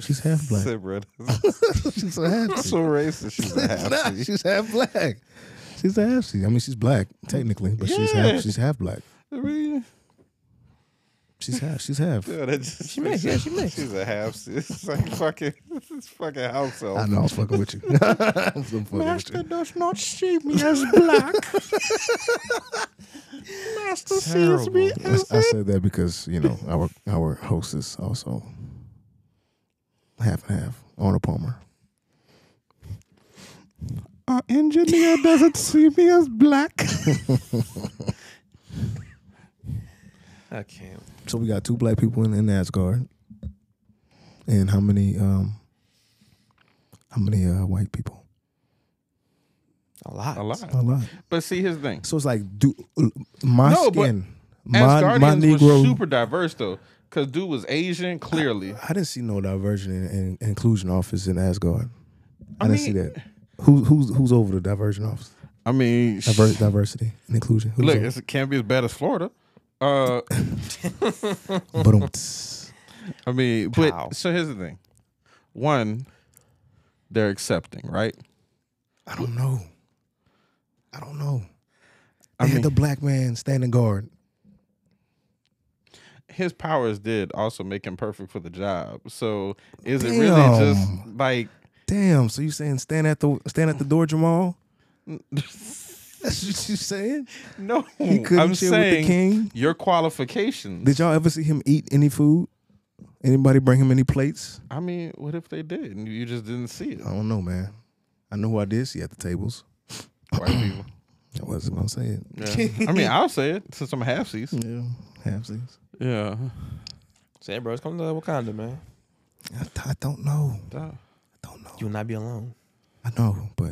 She's half black. Sibra. she's a halfsy. so racist. She's a half. Nah, she's half black. She's a halfsy. I mean, she's black technically, but she's Yeah. half. She's half black. I mean, She's half. She's half. yeah, that just, She mixed, yeah, she mixed. She's a half. It's like fucking. It's fucking house elf. I know. I was fucking with you. I was fucking with you. does not see me as black. Master sees me I, I said that because you know our our host is also half and half. Arnold Palmer. Our uh, engineer doesn't see me as black. I can't. So we got two black people in, in Asgard, and how many um how many uh, white people? A lot. A lot. A lot. But see, his thing. So it's like, do my No, but skin, As my, my Guardians was Negro. super diverse though, because dude was Asian clearly. I didn't see no diversion in, in inclusion office in Asgard. I, I didn't see mean- that. Who, who's who's over the diversion office? I mean, sh- Diver- diversity and inclusion. Who's look, over? it's, it can't be as bad as Florida. Uh, Ba-dum-ts. I mean, but Pow. so here's the thing. One, they're accepting, right? I don't know. I don't know. I They had mean, the black man standing guard. his powers did also make him perfect for the job. So is it really just like Damn. So you saying stand at the stand at the door, Jamal? That's what you saying? no? He couldn't I'm chill with the saying king? your qualifications. Did y'all ever see him eat any food? Anybody bring him any plates? I mean, what if they did and you just didn't see it? I don't know, man. I know who I did see at the tables. White people. I wasn't gonna say it. Yeah. I mean, I'll say it since I'm half Yeah, have these. Yeah. Say, bros, come to Wakanda, man. I, I don't know. Duh. I don't know. You will not be alone. I know, but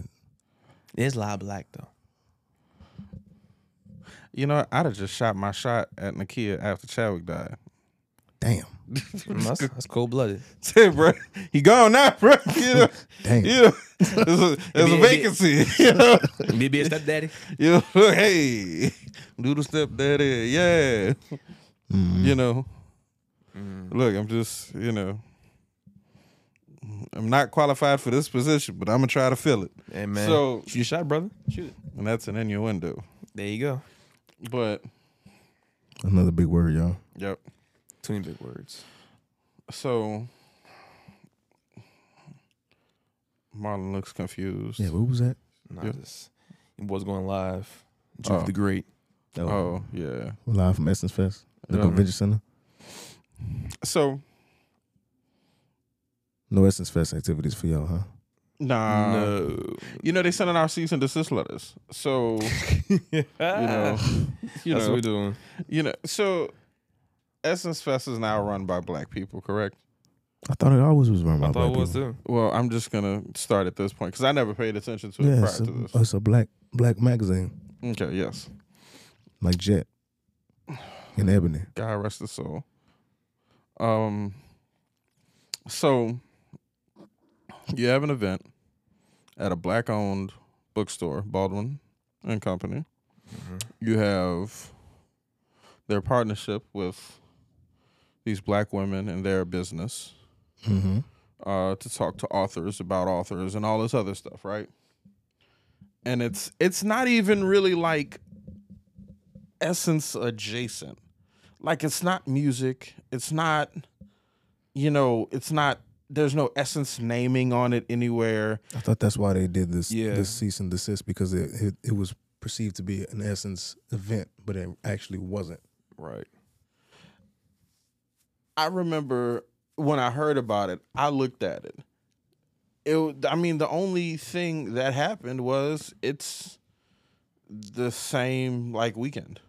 There's a lot of black though. You know, I'd have just shot my shot at Nakia after Chadwick died. damn, Mm, That's, that's cold blooded. Say, bro, he gone now, bro. You know, damn. you know, there's a, there's a Be- be- vacancy. You know, Me be a stepdaddy. you know hey, little stepdaddy, yeah. You know, look, I'm just, you know, I'm not qualified for this position, but I'm gonna try to fill it. Hey man. So- shoot your shot, brother. Shoot it. And that's an innuendo. There you go. But Another big word, y'all. yep. Too many big words. So Marlon looks confused. Yeah, what was that? Nah, Yeah. just it was going live. Juke Oh. the Great. Oh yeah. live from Essence Fest, the Yeah. convention center. So No Essence Fest activities for y'all, huh? nah. no. You know they sending our cease and desist letters. So you know, you that's know, what we doing. you know. So Essence Fest is now run by black people, correct? I thought it always was run by I black thought it was people. too. Well, I'm just gonna start at this point because I never paid attention to it Yeah, prior it's to this. a, it's a black black magazine Okay, yes. like Jet and Ebony. God rest his soul. Um, so you have an event at a black-owned bookstore, Baldwin and Company. You have their partnership with these black women and their business Mm-hmm. uh, to talk to authors about authors and all this other stuff, right? And it's it's not even really like essence adjacent. Like it's not music. It's not, you know, it's not. There's no essence naming on it anywhere. I thought that's why they did this Yeah. this cease and desist because it, it it was perceived to be an Essence event, but it actually wasn't. Right. I remember when I heard about it, I looked at it. It, wa- I mean, the only thing that happened was it's the same like weekend,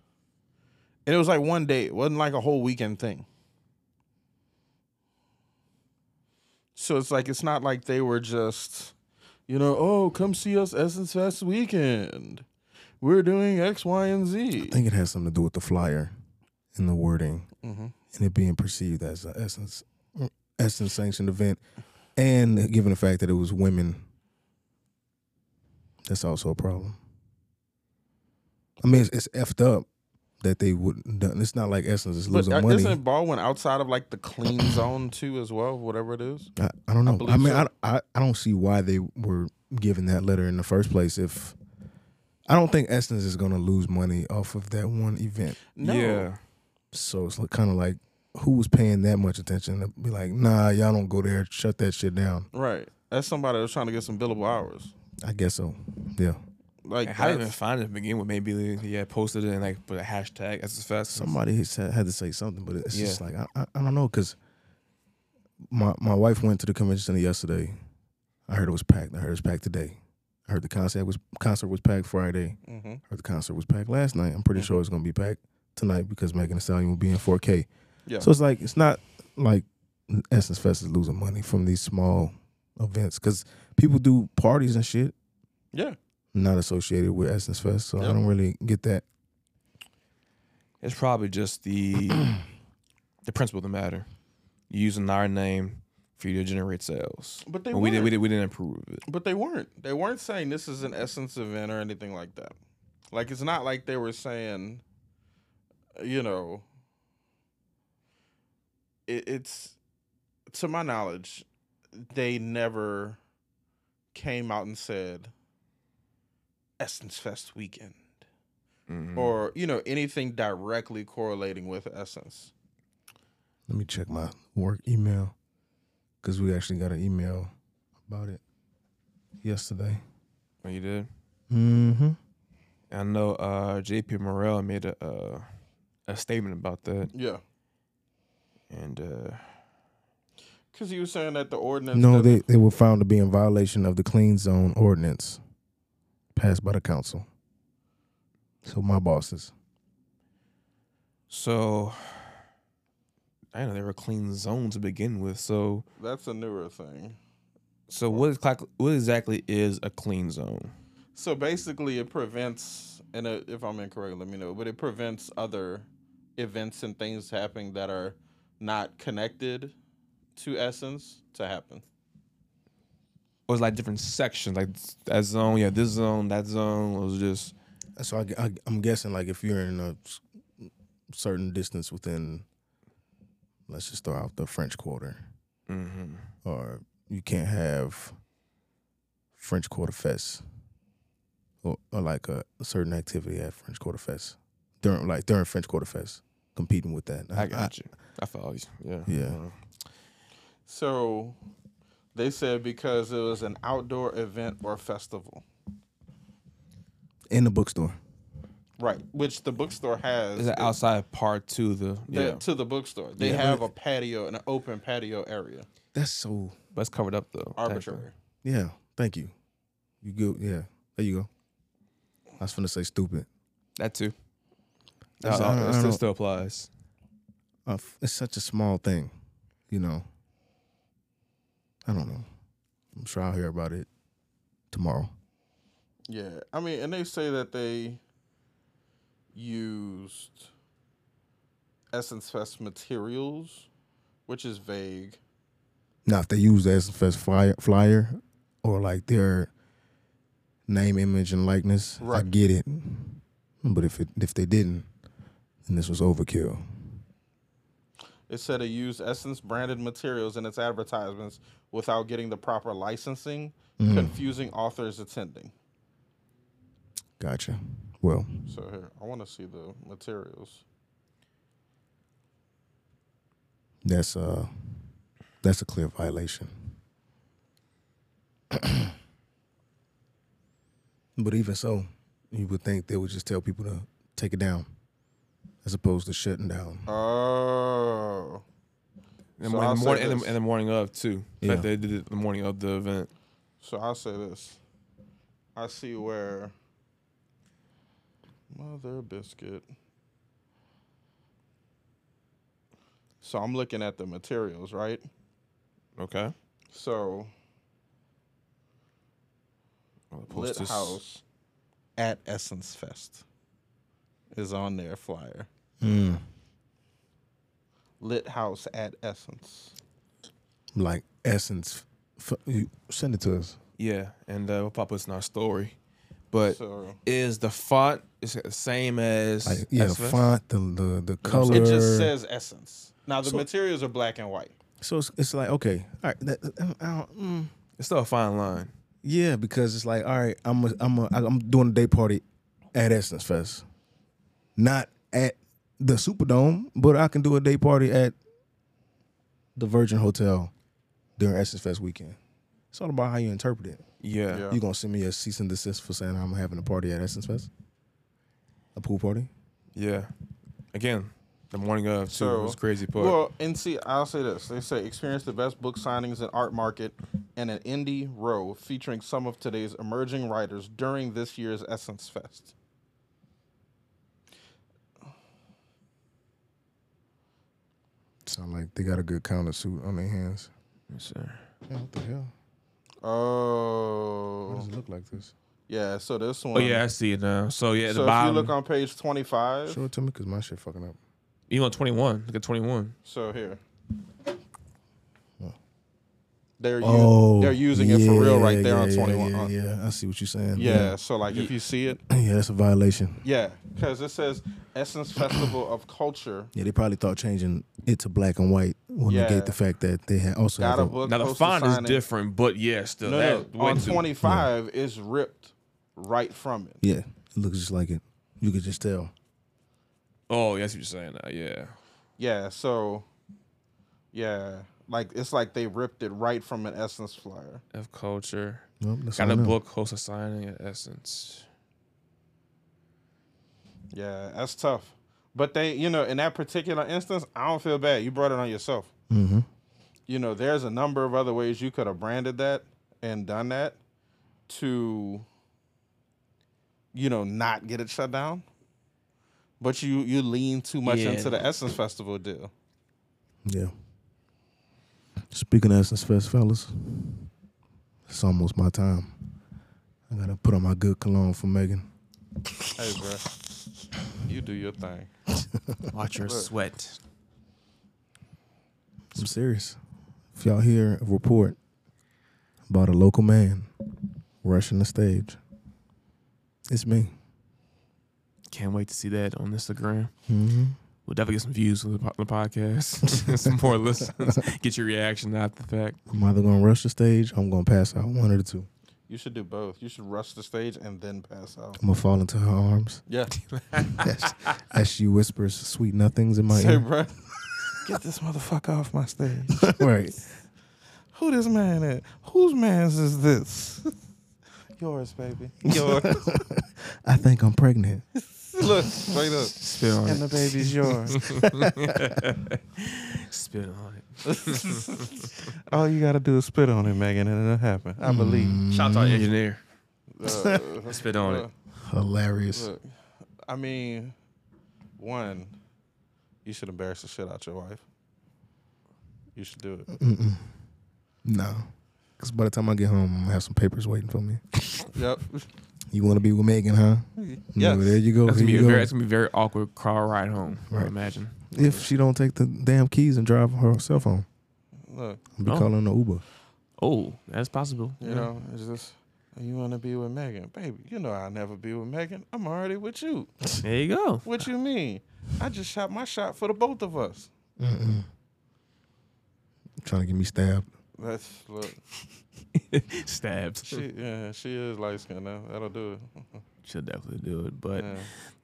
and it was like one day. It wasn't like a whole weekend thing. So it's like it's not like they were just, you know, oh, come see us Essence Fest weekend. We're doing X, Y, and Z. I think it has something to do with the flyer and the wording Mm-hmm. and it being perceived as an essence essence sanctioned event and given the fact that it was women that's also a problem i mean it's, it's effed up that they wouldn't done it's not like essence is But losing uh, money isn't Baldwin outside of like the clean zone too, as well, whatever it is? I, I don't know. I, believe mean, so. I, I I don't see why they were given that letter in the first place. If I don't think Essence is going to lose money off of that one event, No. Yeah. so it's kind of like who was paying that much attention to be like, nah, y'all don't go there. Shut that shit down. Right. That's somebody that's trying to get some billable hours. I guess so. Yeah, Like, How did you even that's- find it to begin with? Maybe he had posted it and like put a hashtag as fast. somebody had said- had to say something, but it's just Yeah. like I, I, I don't know because my my wife went to the convention center yesterday. I heard it was packed. I heard it was packed today. I heard the concert was concert was packed Friday. Mhm. Or the concert was packed last night. I'm pretty sure it's gonna be packed tonight because Megan Thee Stallion will be in 4K. Yeah. So it's like it's not like Essence Fest is losing money from these small events because people do parties and shit. yeah. not associated with Essence Fest, so I don't really get that. It's probably just the the principle of the matter. Using our name for you to generate sales. But they And we did we weren't. did we didn't approve of it. But they weren't. They weren't saying this is an essence event or anything like that. Like it's not like they were saying, you know, it, it's to my knowledge, they never came out and said Essence Fest weekend or you know anything directly correlating with Essence. Let me check my work email because we actually got an email about it yesterday. Oh, you did? Mm-hmm. I know uh JP Morrell made a uh, a statement about that Yeah, and uh because you were saying that the ordinance. No, that- they, they were found to be in violation of the clean zone ordinance passed by the council. So my bosses. so I know they were clean zone to begin with. So that's a newer thing. so what is cla- what exactly is a clean zone? So basically, it prevents, and uh, if I'm incorrect, let me know. But it prevents other events and things happening that are not connected to Essence to happen. Or it's like different sections, like that zone, yeah, this zone, that zone. It was just So I, I, I'm guessing like if you're in a s- certain distance within, let's just throw out the French Quarter, mm-hmm. or you can't have French Quarter Fest, or, or like a, a certain activity at French Quarter Fest during like during French Quarter Fest, competing with that. I got you. I follow you. Yeah. Yeah. Uh, So they said because it was an outdoor event or festival, in the bookstore. right? Which the bookstore has. It's an it- outside part to the the- yeah, To the bookstore, they Yeah. have a patio, an open patio area, That's so but it's covered up though. arbitrary. Yeah, thank you. You go. Yeah, there you go. I was finna say stupid. technically. That too. That's- Uh, I don't- it I still- don't- still applies. Uh, f- it's such a small thing, you know. I don't know. I'm sure I'll hear about it tomorrow. Yeah, I mean, and they say that they used Essence Fest materials, which is vague. Now, if they use the Essence Fest flyer, flyer or like their name, image, and likeness, I Right. get it. But if it if they didn't, then this was overkill. It said it used Essence branded materials in its advertisements without getting the proper licensing, confusing authors attending. Gotcha. Well, So here, I want to see the materials. that's uh that's a clear violation. but even so, you would think they would just tell people to take it down as opposed to shutting down. Oh, And, So the I'll say morning, and, this. the, and the morning of too. Yeah. Like they did it the morning of the event. so I'll say this. I see where Mother Biscuit. So I'm looking at the materials, right? Okay. So I'll post Lit this. House at Essence Fest is on their flyer. Hmm. Mm. Lit House at Essence. Like essence, f- you send it to us. Yeah, and uh, we'll pop this in our story. But So is the font is it the same as Like yeah, SFS? font, the the the color. it just says Essence. Now the So- materials are black and white. so it's, it's like okay, all right. That, I don't, mm, It's still a fine line. yeah, because it's like all right, I'm a, I'm a, I'm doing a day party at Essence Fest, not at the Superdome, but I can do a day party at the Virgin Hotel during Essence Fest weekend. It's all about how you interpret it. Yeah. Yeah. You gonna send me a cease and desist for saying I'm having a party at Essence Fest, a pool party? Yeah. Again, the morning of too So- was crazy part. Well, and see, I'll say this. They say experience the best book signings and art market and an indie row featuring some of today's emerging writers during this year's Essence Fest. Sound like they got a good countersuit on their hands. um, Yes, sir. Yeah, what the hell? What Oh. does it look like this? Yeah, so this one. Oh yeah, I see it now. So yeah, at So the if you bottom. look on page 25, Show it to me because my shit fucking up. You on 21. Look at 21. so here. They're, u- Oh, they're using it for real right there on yeah, 21. Yeah, uh, Yeah, yeah, I see what you're saying. so like if you see it, yeah, that's a violation. yeah, because it says Essence Festival of Culture. Yeah, they probably thought changing it to black and white will Yeah. negate the fact that they had also Got have a a- book. Now the hosted font is signing. different, but yeah, still No, that no, way on too- 25 is ripped right from it. Yeah, it looks just like it. You could just tell. Oh, yes, you're saying that. Yeah. Yeah, so yeah, like it's like they ripped it right from an Essence flyer. F culture. Nope, that's Got all a I know. book host a signing at Essence. Yeah, that's tough. But they, you know, in that particular instance, I don't feel bad. You brought it on yourself. Mhm. You know, there's a number of other ways you could have branded that and done that to, you know, not get it shut down. But you you lean too much Yeah. into the Essence Festival deal. Yeah. Speaking of Essence Fest, fellas, it's almost my time. I gotta put on my good cologne for Megan. Hey, bro, you do your thing. Watch your sweat. I'm serious. If y'all hear a report about a local man rushing the stage, it's me. Can't wait to see that on Instagram. We'll definitely get some views on the, po- the podcast, some more listens. Get your reaction after the fact. I'm either gonna rush the stage, or I'm gonna pass out one of the two. You should do both. You should rush the stage and then pass out. I'm gonna fall into her arms Yeah. as, as she whispers sweet nothings in my Say, ear. bro, get this motherfucker off my stage. right. Who this man is? Whose man's is this? Yours, baby. Yours. I think I'm pregnant. Look, straight up. Spit on And the baby's yours. it. Spit on it. All you gotta do is spit on it, Megan, and it'll happen. Mm-hmm. I Mm, believe. Shout out to our engineer. Uh, Spit on it. Hilarious. Look, I mean, one, you should embarrass the shit out your wife. You should do it. No. Because by the time I get home, I'm gonna have some papers waiting for me. Yep. You wanna be with Megan, huh? Yes. No, there you go. That's Here gonna, you be a go. very, that's gonna be a very awkward car ride home. I Right. imagine. if she don't take the damn keys and drive her cell phone, Look, I'll be Oh. calling the Uber. Oh, that's possible. you know, it's just you wanna be with Megan, baby. You know I'll never be with Megan. I'm already with you. there you go. What you mean? I just shot my shot for the both of us. Trying to get me stabbed. That's look. Stabbed. She yeah, she is light skinned now. That'll do it. Should definitely do it, but Yeah.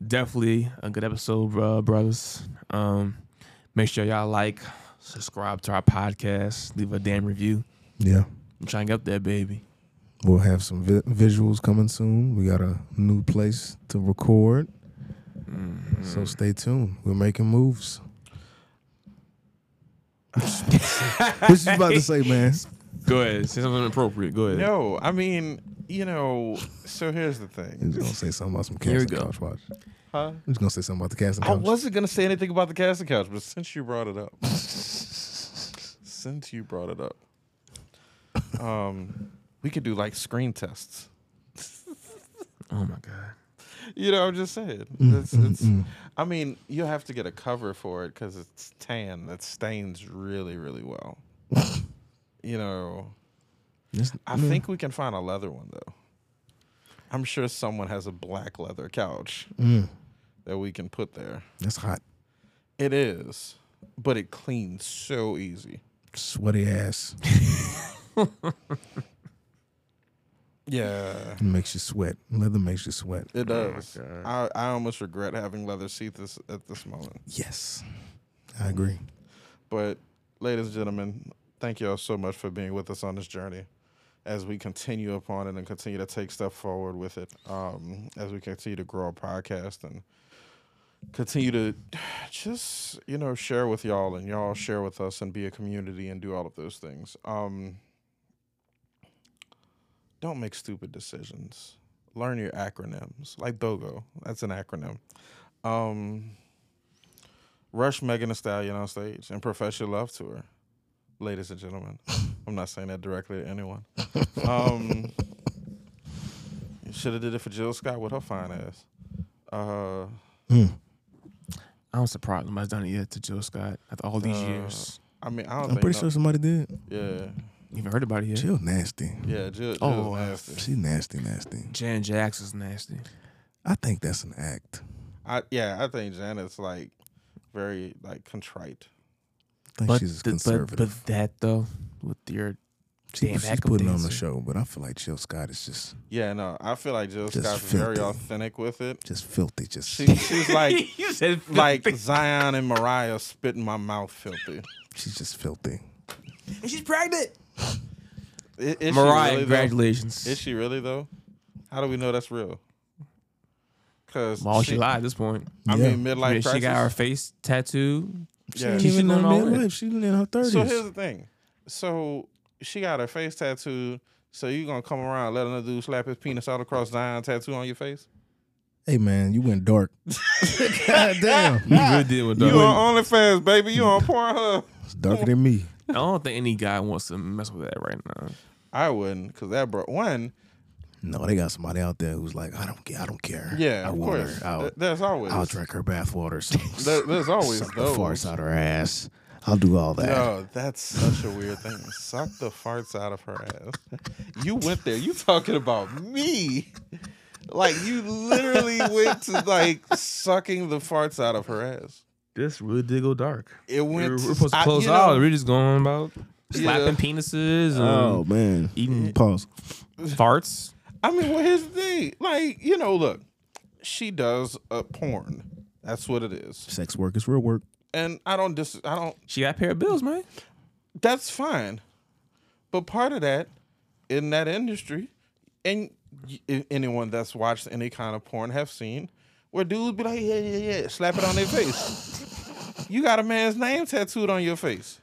definitely a good episode, bro, brothers. Um, make sure y'all like, subscribe to our podcast, leave a damn review. Yeah. I'm trying to get up there, baby. We'll have some vi- visuals coming soon. We got a new place to record. Mm-hmm. So stay tuned. We're making moves. what you about to say, man? Go ahead, say something appropriate. Go ahead. No, I mean, you know, so here's the He thing. was gonna say something about some Here we casting go. couch watch. Huh? He was gonna say something about the casting I couch. wasn't gonna say anything about the casting couch, but since you brought it up, since you brought it up, um, we could do like screen tests. Oh my god. You know, I'm just saying. It's, it's, I mean, you have to get a cover for it because it's tan. That stains really, really well. you know, It's- I think we can find a leather one though. I'm sure someone has a black leather couch that we can put there. that's hot. It is, but it cleans so easy. Sweaty ass Yeah, It makes you sweat. Leather makes you sweat. it does. I, I almost regret having leather seats this, at this moment. Yes, I agree. But, ladies and gentlemen, thank you all so much for being with us on this journey as we continue upon it and continue to take step forward with it, um, as we continue to grow our podcast and continue to just, you know, share with y'all and y'all share with us and be a community and do all of those things. Um, don't make stupid decisions. Learn your acronyms, like BOGO. That's an acronym. Um, rush Megan Thee Stallion on stage and profess your love to her, ladies and gentlemen. I'm not saying that directly to anyone. Um, should have did it for Jill Scott with her fine ass. Uh, Hmm. I'm surprised nobody's done it yet to Jill Scott after all these Uh, years. I mean, I don't I'm think pretty no- sure somebody did. Yeah, You haven't heard about it yet. Jill nasty. yeah. Jill, Jill's Oh, uh, nasty. She nasty, nasty. Jan Jax is nasty. I think that's an act. I yeah, I think Janet's like very like contrite. I think she's th- conservative. But, but that though, with your She- damn she's backup putting on dancer. the show, but I feel like Jill Scott is just Yeah, no, I feel like Jill Just Scott's very filthy. authentic with it. just filthy. Just She, she's like you said like Zion and Mariah spit in my mouth, filthy. she's just filthy. and she's pregnant. I- Is, she Mariah, really, though? congratulations. Is she really though? How do we know that's real? Because Well, she, lied at this point. I Yeah. mean, midlife I mean, crisis. she got her face tattooed. yeah. She even She's in doing all midlife. that. She's in her thirties. So here's the thing. So she got her face tattooed. So you gonna come around and let another dude slap his penis all across Zion tattoo on your face? hey man, you went dark. God damn, You really did with You dog. on OnlyFans, baby. You on Pornhub. it's darker than me. I don't think any guy wants to mess with that right now. I wouldn't, cause that bro. One, No, they got somebody out there who's like, I don't care. I don't care. yeah, I of want course. her. I'll, Th- There's always. I'll drink her bathwater. So There- there's always suck the those. farts out her ass. I'll do all that. No, Oh, that's such a weird thing. Suck the farts out of her ass. You went there. You talking about me? Like you literally went to like sucking the farts out of her ass. This really did go dark. It went. We're, we're supposed to I- close you know- out. We're just going about Yeah. slapping penises and um, Oh man. eating Pause. farts. I mean, well, here's the thing. Like, you know, look, she does uh, porn. That's what it is. Sex work is real work. And I don't dis. I don't. She got a pair of bills, man. That's fine. But part of that, in that industry, and y- a- anyone that's watched any kind of porn have seen, where dudes be like, yeah, yeah, yeah, slap it on their face. You got a man's name tattooed on your face.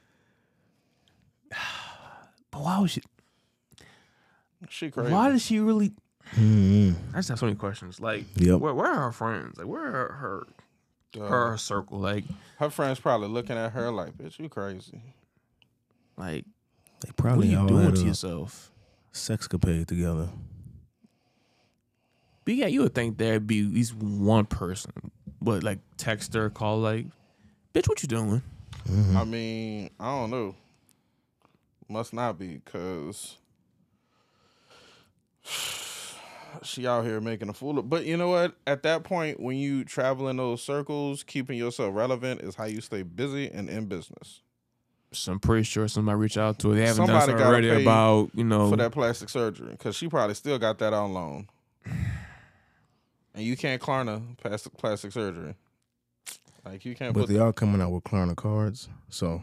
But why was she? She crazy. Why does she really? I just have so many questions. Like, Mm-hmm. Yep. where, where are her friends? Like, where are her Uh, her circle? Like, her friends probably looking at her like, bitch, you crazy. like They what are probably you all doing had to a yourself? sex capade together. But yeah, you would think there'd be at least one person, but like text her, call, like, bitch, what you doing? I mean, I don't know. Must not be because she out here making a fool of. But you know what? At that point, when you travel in those circles, keeping yourself relevant is how you stay busy and in business. So I'm pretty sure somebody reached out to her. They haven't Somebody done something gotta already pay about you know. For that plastic surgery, because she probably still got that on loan. And you can't Klarna plastic plastic surgery. Like you can't But put. they are coming out with Klarna cards. So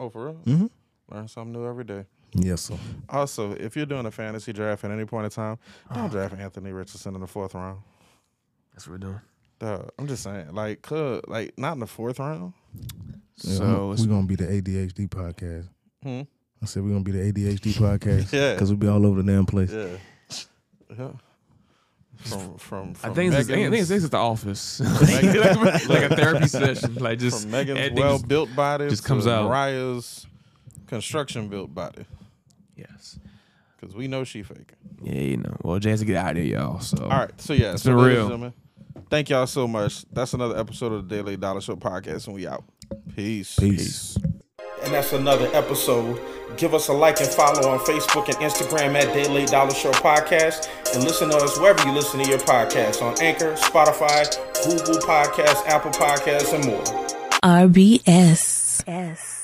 oh, for real? Mhm. Learn something new every day. yes, sir. Also, if you're doing a fantasy draft at any point in time, Ah. don't draft Anthony Richardson in the fourth round. That's what we're doing. Duh, I'm just saying, like, could like not in the fourth round. So it's we're gonna be the ADHD podcast. Hmm? I said we're gonna be the ADHD podcast. Yeah. Cause we'll be all over the damn place. Yeah, yeah. From from, I from think, it's, I think it's Megan's, it's at the office, like, like, a therapy session, like just from Megan's everything well just- built body just to comes out. Mariah's construction built body Yes. because we know she faking. Yeah, you know. Well, Jay has to get out of here, y'all. So All right, so yeah, It's so been ladies and real. gentlemen, Thank y'all so much. That's another episode of the Daily Dollar Show podcast, and we out. Peace. Peace. And that's another episode. Give us a like and follow on Facebook and Instagram at Daily Dollar Show Podcast. And listen to us wherever you listen to your podcasts on Anchor, Spotify, Google Podcasts, Apple Podcasts, and more. RBS. S.